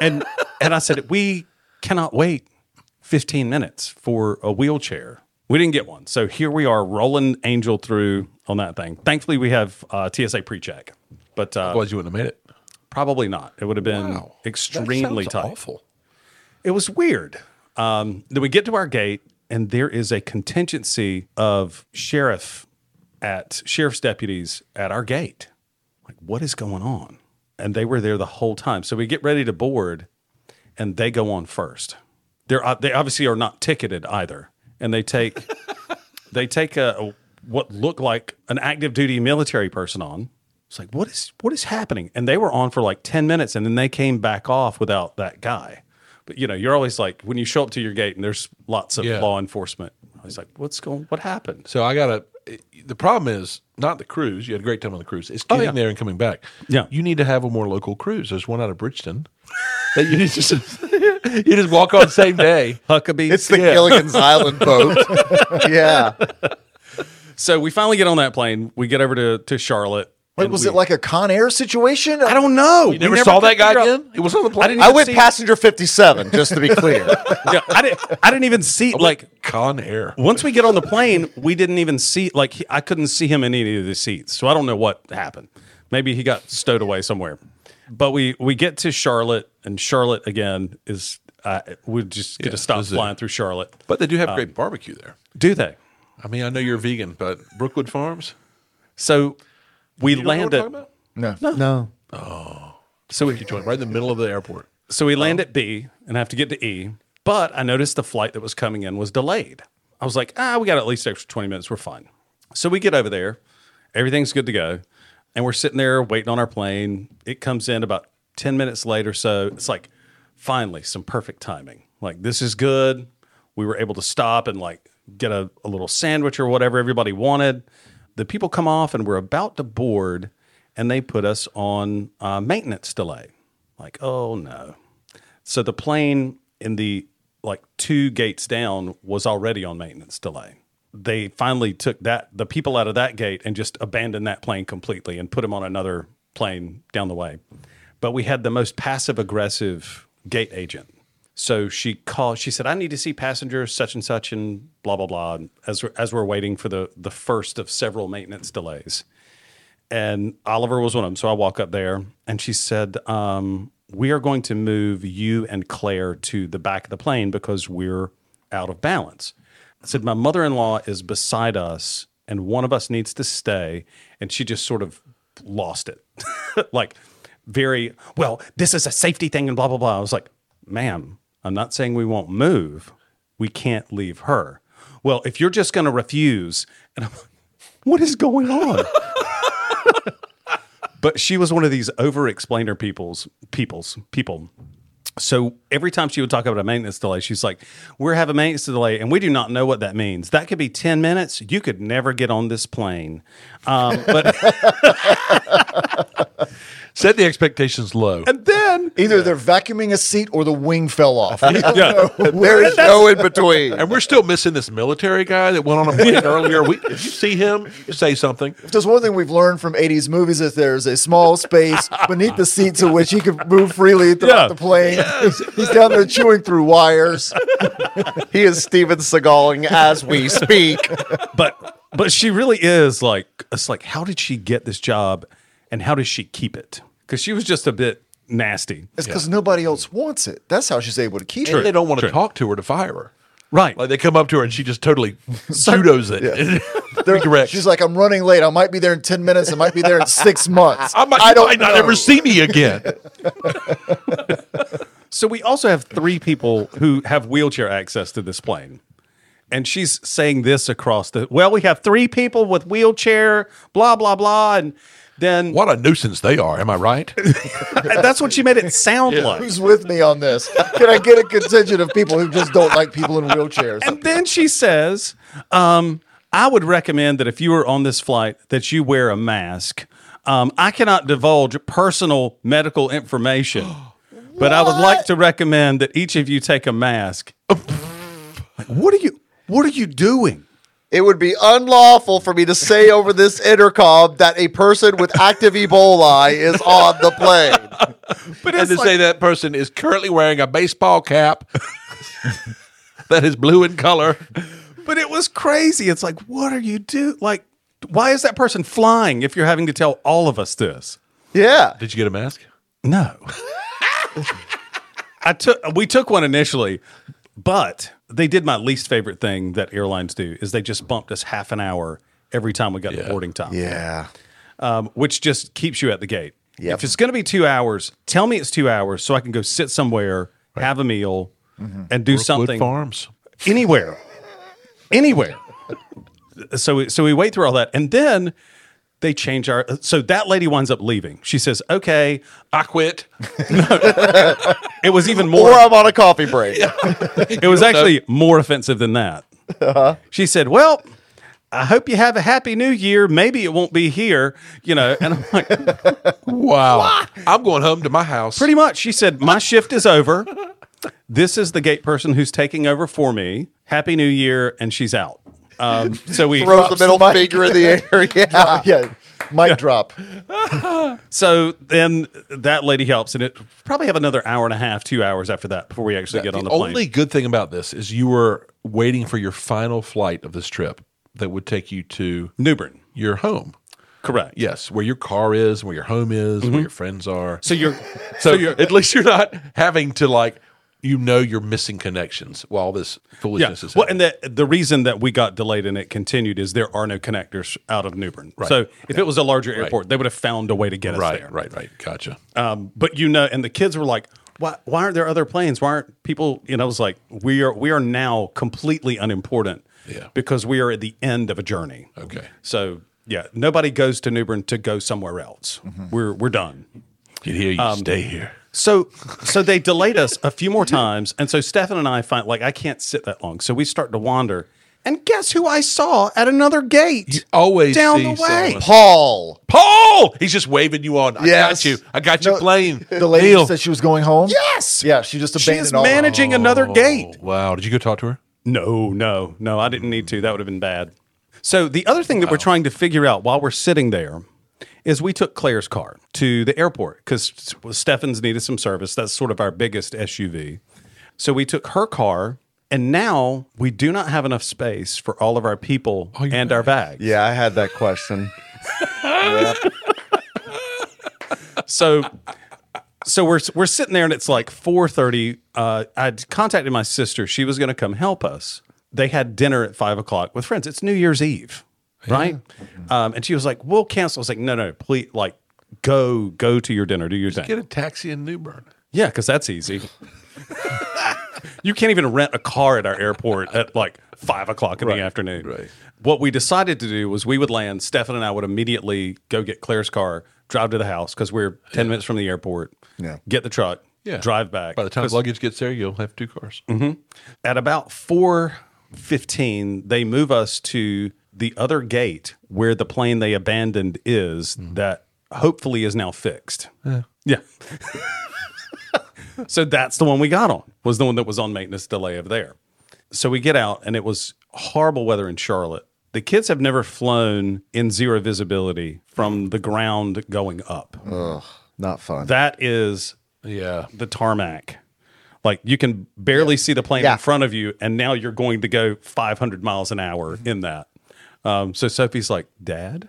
and and I said, we cannot wait 15 minutes for a wheelchair. We didn't get one, so here we are rolling Angel through on that thing. Thankfully, we have uh, TSA pre-check, but uh, Otherwise, you wouldn't have made it. probably not. It would have been Wow. That extremely sounds tight. Awful. It was weird. Um, then we get to our gate, and there is a contingency of sheriff at sheriff's deputies at our gate. Like, what is going on? And they were there the whole time. So we get ready to board, and they go on first. They're uh, they obviously are not ticketed either, and they take they take a, a- what looked like an active duty military person on. It's like what is what is happening? And they were on for like ten minutes, and then they came back off without that guy. But you know, you're always like when you show up to your gate and there's lots of Yeah. law enforcement. I was like, what's going? What happened? So I got to. The problem is not the cruise. You had a great time on the cruise. It's getting yeah. there and coming back. Yeah. You need to have a more local cruise. There's one out of Bridgeton that you just you just walk on same day. Huckabee. It's the Yeah. Gilligan's Island boat. yeah. so we finally get on that plane. We get over to to Charlotte, Wait, and was we- it like a Con Air situation? I don't know. You never, saw that guy again. again? He was on the plane. didn't I even went see- passenger 57, just to be clear. Yeah, I didn't. I didn't even see like. Con Air. Once we get on the plane, we didn't even see like he, I couldn't see him in any of the seats. So I don't know what happened. Maybe he got stowed away somewhere. But we we get to Charlotte, and Charlotte again is uh, we just get to stop this is it. flying through Charlotte. But they do Uh, have great barbecue there. Do they? I mean, I know you're vegan, but Brookwood Farms. So we You don't know what land I'm at talking about? No. no. So we keep going right in the middle of the airport. so we land at B and have to get to E. But I noticed the flight that was coming in was delayed. I was like, ah, we got at least extra 20 minutes. We're fine. So we get over there. Everything's good to go. And we're sitting there waiting on our plane. It comes in about 10 minutes later. So it's like, finally, some perfect timing. Like, this is good. We were able to stop and like get a, a little sandwich or whatever everybody wanted. The people come off and we're about to board and they put us on uh, maintenance delay. Like, oh no. So the plane in the like two gates down was already on maintenance delay. They finally took that the people out of that gate and just abandoned that plane completely and put them on another plane down the way. But we had the most passive aggressive gate agent. So she called. She said, "I need to see passengers such and such and blah blah blah." and As we're, as we're waiting for the the first of several maintenance delays, and Oliver was one of them. So I walk up there, and she said, um, "We are going to move you and Claire to the back of the plane because we're out of balance." I said, "My mother in law is beside us, and one of us needs to stay." And she just sort of lost it, like very well. This is a safety thing, and blah blah blah. I was like, "Ma'am, I'm not saying we won't move. We can't leave her." Well, if you're just going to refuse, and I'm like, "What is going on?" but she was one of these over explainer people's people's people so every time she would talk about a maintenance delay she's like we're having maintenance delay and we do not know what that means that could be 10 minutes you could never get on this plane um, but Set the expectations low. and then Either they're vacuuming a seat or the wing fell off. yeah Where is No in between. And we're still missing this military guy that went on a plane earlier. We, if you see him, you say something. Just one thing we've learned from 80s movies is there's a small space beneath the seat to which he could move freely throughout Yeah. the plane. He's down there chewing through wires. He is Steven Seagaling as we speak. but but she really is like it's like how did she get this job and how does she keep it because she was just a bit nasty It's because nobody else wants it. That's how she's able to keep And they it. don't want to talk to her to fire her. right Like they come up to her and she just totally pseudos it. They're- Redirects. She's like, I'm running late. I might be there in 10 minutes. I might be there in six months. I might, you might not know." ever see me again. So we also have three people who have wheelchair access to this plane. And she's saying this across the well, we have three people with wheelchair, blah, blah, blah. And then What a nuisance they are. Am I right? that's what she made it sound like. Who's with me on this? Can I get a contingent of people who just don't like people in wheelchairs? And then she says, um, I would recommend that if you are on this flight that you wear a mask. Um, I cannot divulge personal medical information, but I would like to recommend that each of you take a mask. Like, what are you what are you doing? It would be unlawful for me to say over this intercom that a person with active Ebola is on the plane. But and to say that person is currently wearing a baseball cap that is blue in color. But it was crazy. It's like, what are you do? Like, why is that person flying if you're having to tell all of us this? Yeah. Did you get a mask? No. I took we took one initially, but they did my least favorite thing that airlines do is they just bumped us half an hour every time we got to Yeah. boarding time. Yeah. Um, which just keeps you at the gate. Yep. If it's going to be 2 hours, tell me it's 2 hours so I can go sit somewhere, have a meal, Mm-hmm. and do something Wood Farms. anywhere, anywhere. So we, so we wait through all that, and then they change our. So that lady winds up leaving. She says, "Okay." Uh, I quit. It was even Or more. I'm on a coffee break. It was actually more offensive than that. She said, "Well." I hope you have a happy new year. Maybe it won't be here, you know. And I'm like, Wow. I'm going home to my house. pretty much. She said, My shift is over. This is the gate person who's taking over for me. Happy New Year. And she's out. Um, so we Throws the middle finger in the air. Yeah. yeah. Mic drop. So then that lady helps, and it probably have another hour and a half, two hours after that before we actually get on the plane. only good thing about this is you were waiting for your final flight of this trip that would take you to Newbern, your home. correct? Yes, where your car is, where your home is, where your friends are. Mm-hmm. So you're So at least you're not having to like you know you're missing connections while this yeah. foolishness is Well, happening. and the the reason that we got delayed and it continued is there are no connectors out of Newbern. So if it was a larger airport, they would have found a way to get us right, there. right, right. Gotcha. Um, but you know, and the kids were like, "Why? Why aren't there other planes? Why aren't people?" You know, I was like, "We are. We are now completely unimportant. Yeah. Because we are at the end of a journey. Okay. So yeah, nobody goes to Newbern to go somewhere else. Mm-hmm. We're we're done. Get here, you um, stay here. So so they delayed us a few more times, and so Stefan and I find like I can't sit that long, so we start to wander. And guess who I saw at another gate? You always down see the way. someone- Paul. Paul, he's just waving you on. I got Yes. you. I got your No, plane. The lady Neil. said she was going home. Yes. Yeah, she just abandoned She's all. managing another gate. Oh, Wow, did you go talk to her? No, no, no, I didn't need to. That would have been bad. So, the other thing that we're trying to figure out while we're sitting there is we took Claire's car to the airport because Stefan's needed some service. That's sort of our biggest SUV. So, we took her car, and now we do not have enough space for all of our people your and our bags. Yeah, I had that question. so so we're we're sitting there and it's like 4.30 uh, i'd contacted my sister she was going to come help us they had dinner at 5 o'clock with friends it's new year's eve right um, and she was like we'll cancel i was like no no please like go go to your dinner do your thing Get a taxi in Newbern. yeah because that's easy you can't even rent a car at our airport at like 5 o'clock in the afternoon right. what we decided to do was we would land stefan and i would immediately go get claire's car drive to the house because we're 10 minutes from the airport Yeah. get the truck Yeah. drive back By the time 'Cause luggage gets there, you'll have two cars. Mm. at about 4.15 they move us to the other gate where the plane they abandoned is that hopefully is now fixed yeah. so that's the one we got on was the one that was on maintenance delay over there. So we get out and it was horrible weather in Charlotte. The kids have never flown in zero visibility from the ground going up. Not fun. That is Yeah. the tarmac. Like you can barely see the plane Yeah. in front of you, and now you're going to go 500 miles an hour in that. Um, so Sophie's like, Dad?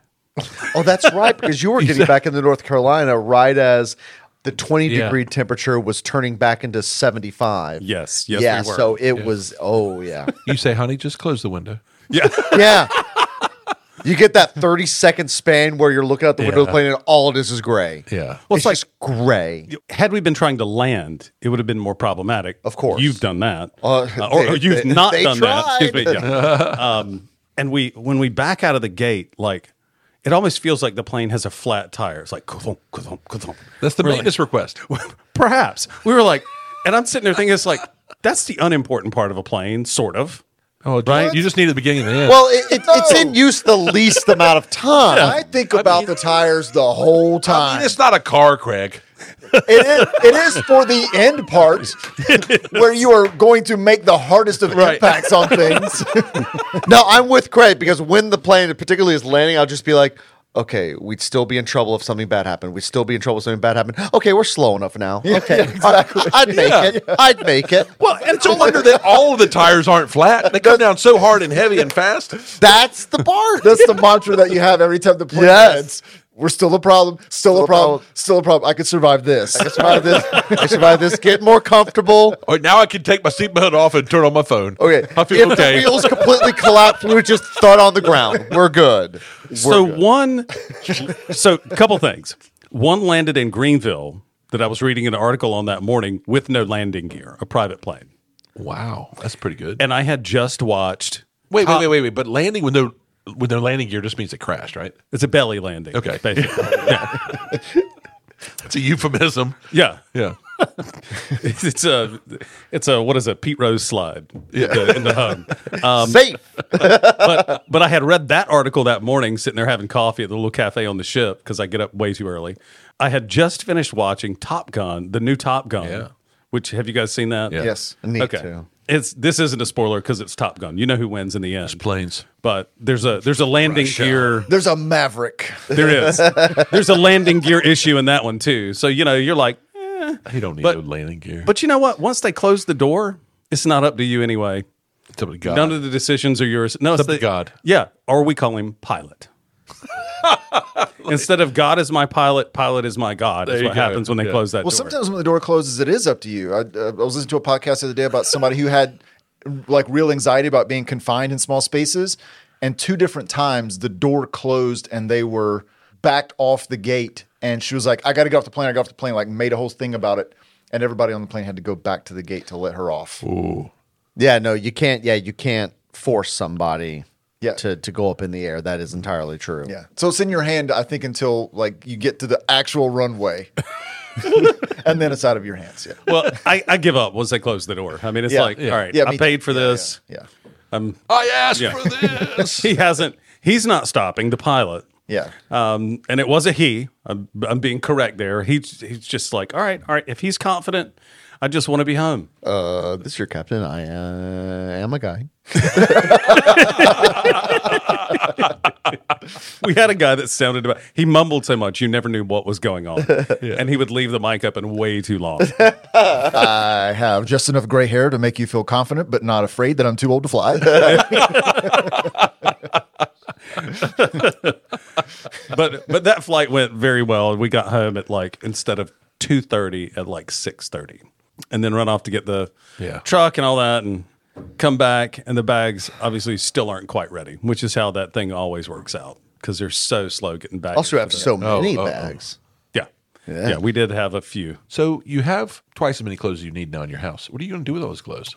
oh, that's right, because you were getting back into North Carolina right as the 20 Yeah. degree temperature was turning back into 75. Yes, yes, yeah, we were. so it was, oh, yeah. You say, honey, just close the window. Yeah. Yeah. You get that 30 second span where you're looking out the window of the Yeah. plane and all it is is gray. Yeah. Well, it's, like gray. had we been trying to land, it would have been more problematic. Of course. you've done that, Uh, Uh, or, or they- you've they- not they done that. Excuse me. tried. Yeah. um, and we, when we back out of the gate, like it almost feels like the plane has a flat tire. It's like ka-thump, ka-thump, ka-thump. That's the We're like, maintenance request. perhaps we were like, and I'm sitting there thinking, it's like that's the unimportant part of a plane, sort of. Oh, right. You just need the beginning and the end. Well, it, it, it's in use the least amount of time. I think about the tires the whole I time. mean, it's not a car, Craig. it, is, it is for the end part where you are going to make the hardest of Right. impacts on things. No, I'm with Craig because when the plane, particularly, is landing, I'll just be like, okay, we'd still be in trouble if something bad happened. We'd still be in trouble if something bad happened. Okay, we're slow enough now. Okay, I, would make it. I'd make it. Well, and it's no wonder that all of the tires aren't flat. They come down so hard and heavy and fast. That's the part. That's the mantra that you have every time the plane Yes. lands. We're still a problem, still, a problem, still a problem. I could survive this. I survived this. I survived this. Get more comfortable. All right, now I can take my seatbelt off and turn on my phone. Okay. I feel if okay. the wheels completely collapse, we would just thud on the ground. We're good. We're so good. one so couple things one landed in greenville that i was reading an article on that morning with no landing gear a private plane wow, that's pretty good. and i had just watched wait, wait, wait, wait, wait. But landing with no with no landing gear just means it crashed, right? it's a belly landing Okay. basically. It's a euphemism. yeah Yeah. it's, it's a it's a what is it pete rose slide yeah. in the hub Um, safe. but but I had read that article that morning, sitting there having coffee at the little cafe on the ship because I get up way too early. I had just finished watching Top Gun, the new Top Gun. Yeah. Which have you guys seen that? Yeah. Yes. Need Okay. to. it's this isn't a spoiler because it's Top Gun. You know who wins in the end. planes. But there's a there's a landing gear. There's a maverick. There is. there's a landing gear issue in that one too. So you know you're like, eh. He don't need But- no landing gear. but you know what? Once they close the door, it's not up to you anyway. somebody got None of the decisions are yours. No, it's Except the God. Yeah, or we call him pilot. Instead of God is my pilot, pilot is my God. Is you what go. happens when they Yeah. close that Well, door. sometimes when the door closes, it is up to you. I, uh, I was listening to a podcast the other day about somebody who had like real anxiety about being confined in small spaces, and two different times the door closed and they were backed off the gate, and she was like, "I got to get off the plane. I got off the plane." Like made a whole thing about it, and everybody on the plane had to go back to the gate to let her off. Yeah, no, you can't. Yeah, you can't force somebody. Yeah. To, to go up in the air. That is entirely true. Yeah, so it's in your hand, I think, until like you get to the actual runway, and then it's out of your hands. Yeah, well, I, I give up once they close the door. I mean, it's Yeah. like, all right, Yeah, I me- paid for yeah, this. yeah. yeah. I asked Yeah. for this. He hasn't. He's not stopping the pilot. Yeah. Um, and it was a he. I'm, I'm being correct there. He's he's just like, all right, all right. If he's confident, I just want to be home. Uh, this is your captain. I uh, am a guy. we had a guy that sounded about. He mumbled so much you never knew what was going on, and he would leave the mic up and way too long. I have just enough gray hair to make you feel confident, but not afraid that I'm too old to fly. but but that flight went very well. We got home at like instead of two thirty at like six thirty, and then run off to get the Yeah. truck and all that, and come back and the bags obviously still aren't quite ready, which is how that thing always works out because they're so slow getting back. Also, into have the- so many oh, oh. bags. yeah. yeah we did have a few. So you have twice as many clothes as you need now in your house. What are you going to do with all those clothes?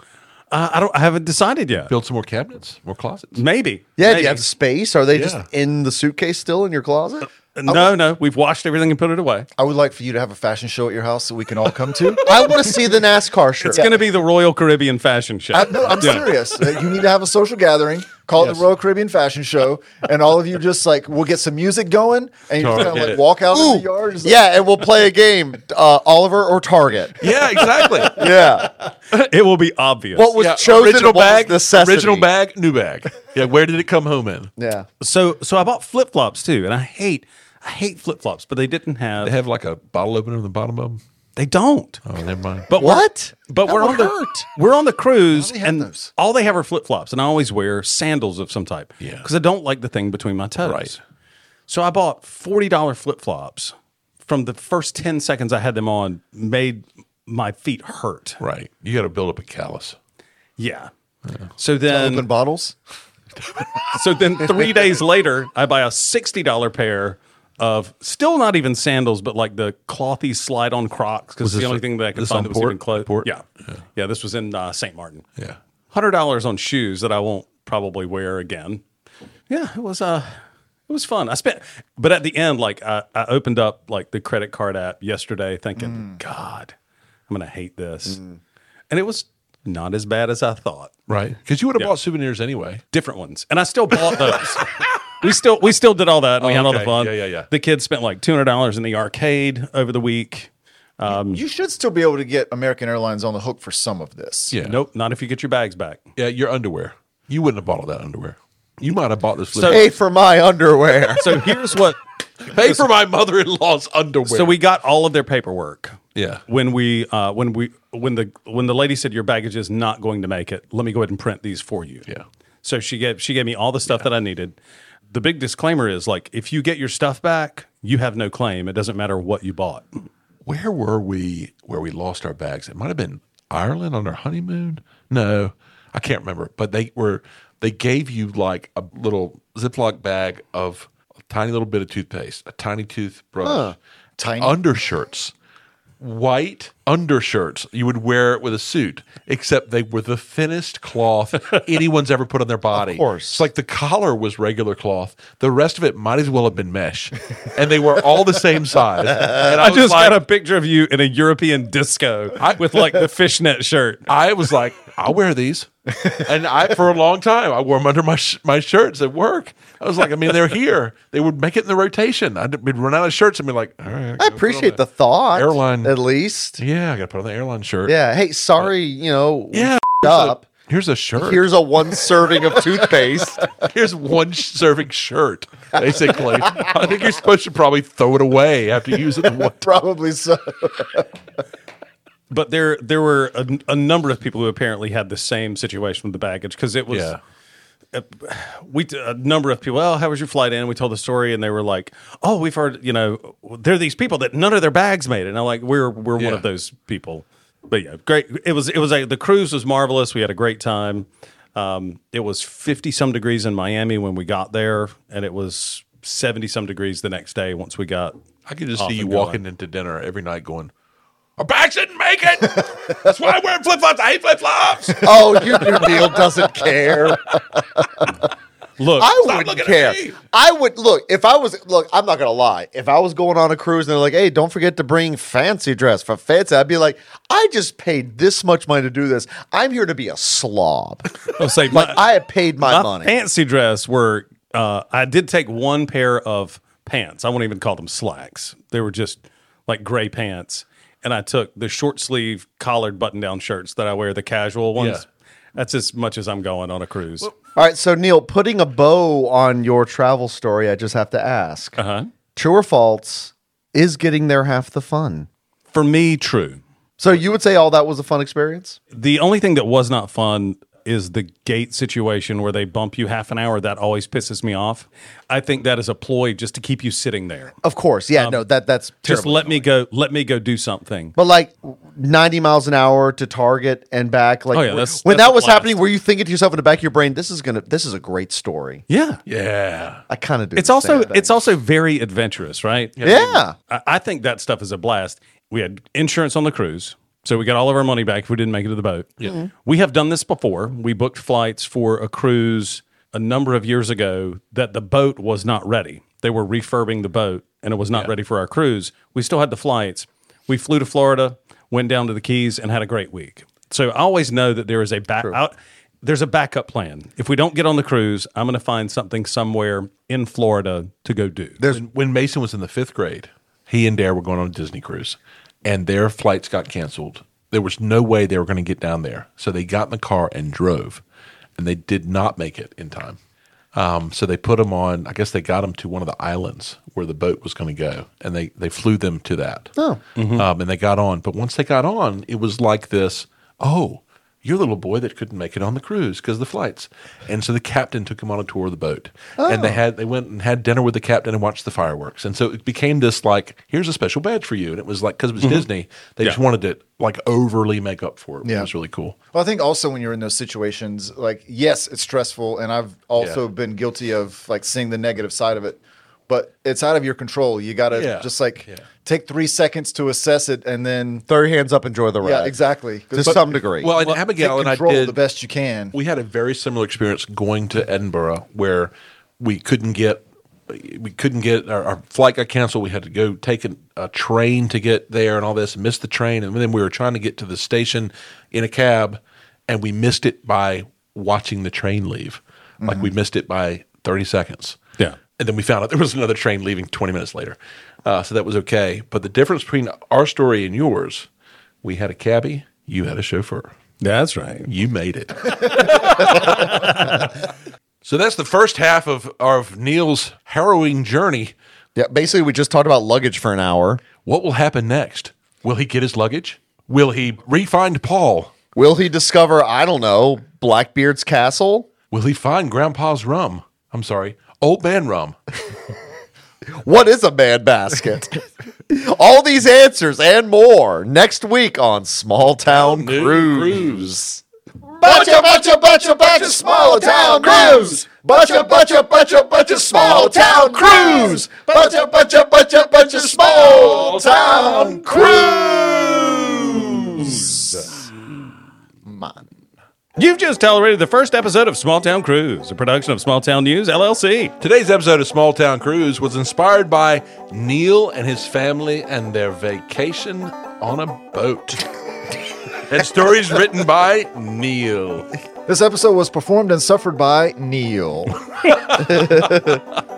Uh, I don't. I haven't decided yet. Build some more cabinets, more closets. Maybe. Yeah, do Maybe. you have space? Are they Yeah. just in the suitcase still in your closet? Oh. No, no. We've washed everything and put it away. I would like for you to have a fashion show at your house that we can all come to. I want to see the NASCAR shirt. It's going to be the Royal Caribbean fashion show. I, no, I'm Yeah. serious. Uh, You need to have a social gathering. Call it the Royal Caribbean Fashion Show, and all of you just like we'll get some music going, and you just kind of like walk out in the yard. Just, like, yeah, and we'll play a game, uh, Oliver or Target. Yeah, exactly. Yeah, It will be obvious. what was Yeah, chosen? original Original what bag, bag, was necessity? original bag, new bag. Yeah, where did it come home in? Yeah, so so I bought flip flops too, and I hate I hate flip flops, but they didn't have They they, have, have like a bottle opener on the bottom of them. they don't. Oh, never mind. But we're- What? But we're would on the hurt. we're on the cruise, have and those? all they have are flip flops, and I always wear sandals of some type. Yeah. because I don't like the thing between my toes. Right. So I bought forty dollar flip flops. From the first ten seconds I had them on, made my feet hurt. right, you got to build up a callus. Yeah. So then open bottles. So then three days later, I buy a $60 pair of still not even sandals, but like the clothy slide on Crocs because it's the this- only thing that I could this find on that was Port- even close. Port? Yeah. yeah. This was in uh, St. Martin. Yeah, $100 on shoes that I won't probably wear again. Yeah. It was, uh, it was fun. I spent, but at the end, like I, I opened up like the credit card app yesterday thinking, Mm. God, I'm going to hate this. And it was not as bad as I thought right. Because you would have bought souvenirs anyway. different ones, and I still bought those. we still we still did all that. And we Oh, had all the okay. fun. Yeah, yeah, yeah. The kids spent like two hundred dollars in the arcade over the week. You should still be able to get American Airlines on the hook for some of this. Yeah, Nope, not if you get your bags back. Yeah, your underwear. You wouldn't have bought all that underwear. You might have bought this. So- flip- pay for my underwear. So here's what. pay for my mother-in-law's underwear. so we got all of their paperwork. Yeah. When we uh, when we when the when the lady said your baggage is not going to make it, let me go ahead and print these for you. Yeah. So she gave she gave me all the stuff that I needed. The big disclaimer is like if you get your stuff back, you have no claim. It doesn't matter what you bought. where were we where we lost our bags? It might have been Ireland on our honeymoon. No, I can't remember. But they were they gave you like a little Ziploc bag of a tiny little bit of toothpaste, a tiny toothbrush, Tiny. undershirts, white undershirts you would wear with a suit, except they were the thinnest cloth anyone's ever put on their body. Of course. It's like the collar was regular cloth. The rest of it might as well have been mesh. And they were all the same size. And I was just like- got a picture of you in a European disco I- with like the fishnet shirt. I was like, I'll wear these, and I for a long time I wore them under my sh- my shirts at work. I was like, I mean, they're here. They would make it in the rotation. I'd be run out of shirts and be like, all right, I appreciate the thought. Airline- at least. yeah, I got to put on the airline shirt. Yeah. Hey, sorry, you know. Uh, Yeah, we up. Here's a shirt. Here's a one serving of toothpaste. Here's one sh- serving shirt, basically. I think you're supposed to probably throw it away after using it one time. Probably so. But there there were a, a number of people who apparently had the same situation with the baggage because it was Yeah. we t- a number of people. Well, how was your flight in? We told the story, and they were like, "Oh, we've heard you know there are these people that none of their bags made it." And I'm like, "We're we're one Yeah. of those people." But yeah, great. It was it was a the cruise was marvelous. We had a great time. Um, it was fifty some degrees in Miami when we got there, and it was seventy some degrees the next day once we got. I could just Off see you and going. walking into dinner every night going, Our bags didn't make it. That's why I'm wearing flip flops. I hate flip flops. oh, you New Deal doesn't care. Look, I Stop wouldn't looking at care. me. I would look if I was look. I'm not gonna lie. If I was going on a cruise and they're like, "Hey, don't forget to bring fancy dress for fancy," I'd be like, "I just paid this much money to do this. I'm here to be a slob. I'll say Like my- I have paid my, my money." fancy dress were uh, I did take one pair of pants. I won't even call them slacks. They were just like gray pants. And I took the short sleeve collared button down shirts that I wear, the casual ones. That's as much as I'm going on a cruise. All right, so Neil, putting a bow on your travel story, I just have to ask: Uh-huh. true or false? Is getting there half the fun? For me, true. So you would say all that was a fun experience? The only thing that was not fun is the gate situation where they bump you half an hour. That always pisses me off. I think that is a ploy just to keep you sitting there. Of course, yeah. no, that that's Um, Just terrible. let me go. Let me go do something. But like 90 miles an hour to Target and back, like Oh, yeah, wh- that's- when that's that a was blast. happening, were you thinking to yourself in the back of your brain, "This is gonna, this is a great story." Yeah. Yeah. I kind of do. It's the also same thing. it's also very adventurous, right? yeah. I, I think that stuff is a blast. We had insurance on the cruise, so we got all of our money back if we didn't make it to the boat. Yeah. We have done this before. We booked flights for a cruise a number of years ago that the boat was not ready. They were refurbing the boat and it was not ready for our cruise. We still had the flights. We flew to Florida, went down to the Keys, and had a great week. So I always know that there is a back out. There's a backup plan. If we don't get on the cruise, I'm going to find something somewhere in Florida to go do. when, when Mason was in the fifth grade, he and Dare were going on a Disney cruise, and their flights got canceled. There was no way they were going to get down there, so they got in the car and drove, and they did not make it in time. Um, so they put them on. I guess they got them to one of the islands where the boat was going to go, and they they flew them to that. Oh, Mm-hmm. um, and they got on. But once they got on, it was like this. Oh, your little boy that couldn't make it on the cruise because of the flights. And so the captain took him on a tour of the boat. And they had they went and had dinner with the captain and watched the fireworks. And so it became this like, here's a special badge for you. And it was like because it was Mm-hmm. Disney, they just Yeah. wanted to like overly make up for it. Yeah. Yeah. It was really cool. Well, I think also when you're in those situations, like yes, it's stressful, and I've also Yeah. been guilty of like seeing the negative side of it, but it's out of your control. You gotta Yeah. just like Yeah. take three seconds to assess it, and then Throw your hands up, enjoy the ride. yeah, exactly. To some degree. Well, and take Abigail and I control did the best you can. we had a very similar experience going to Edinburgh where we couldn't get we couldn't get our, our flight got canceled. We had to go take a, a train to get there and all this, missed the train, and then we were trying to get to the station in a cab, and we missed it by watching the train leave. Like we missed it by thirty seconds. Yeah. And then we found out there was another train leaving 20 minutes later. Uh, so that was okay. But the difference between our story and yours, we had a cabbie, you had a chauffeur. That's right. You made it. so that's the first half of, of Neil's harrowing journey. yeah. Basically, we just talked about luggage for an hour. What will happen next? Will he get his luggage? Will he re-find Paul? Will he discover? I don't know. Blackbeard's castle. Will he find Grandpa's rum? I'm sorry, old man rum. What is a man basket? All these answers and more next week on Small Town New Cruise. Buncha, buncha, buncha, buncha, small town cruise. Buncha, buncha, buncha, buncha, small town cruise. Buncha, buncha, buncha, buncha, small town cruise. You've just tolerated the first episode of Small Town Cruise, a production of Small Town News LLC. Today's episode of Small Town Cruise was inspired by Neil and his family and their vacation on a boat. and stories written by Neil. This episode was performed and suffered by Neil.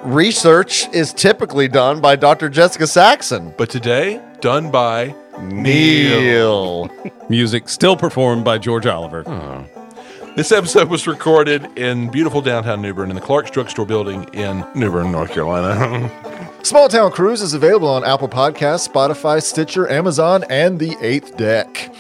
Research is typically done by Dr. Jessica Saxon. But today, done by Neil. Music still performed by George Oliver. This episode was recorded in beautiful downtown New Bern in the Clark's Drugstore building in New Bern, North Carolina. Small Town Cruise is available on Apple Podcasts, Spotify, Stitcher, Amazon, and the Eighth Deck.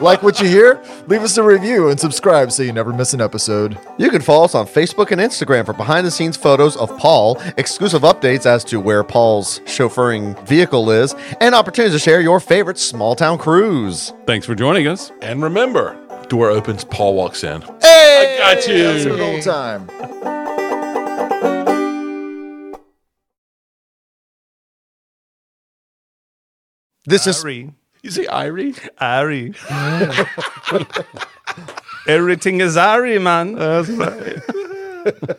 like what you hear? Leave us a review and subscribe so you never miss an episode. You can follow us on Facebook and Instagram for behind the scenes photos of Paul, exclusive updates as to where Paul's chauffeuring vehicle is, and opportunities to share your favorite small town cruise. Thanks for joining us. and remember, door opens, Paul walks in. Hey! I got you. That's an old time. This is You see, Irie? Ari. Everything is Ari, man. That's right.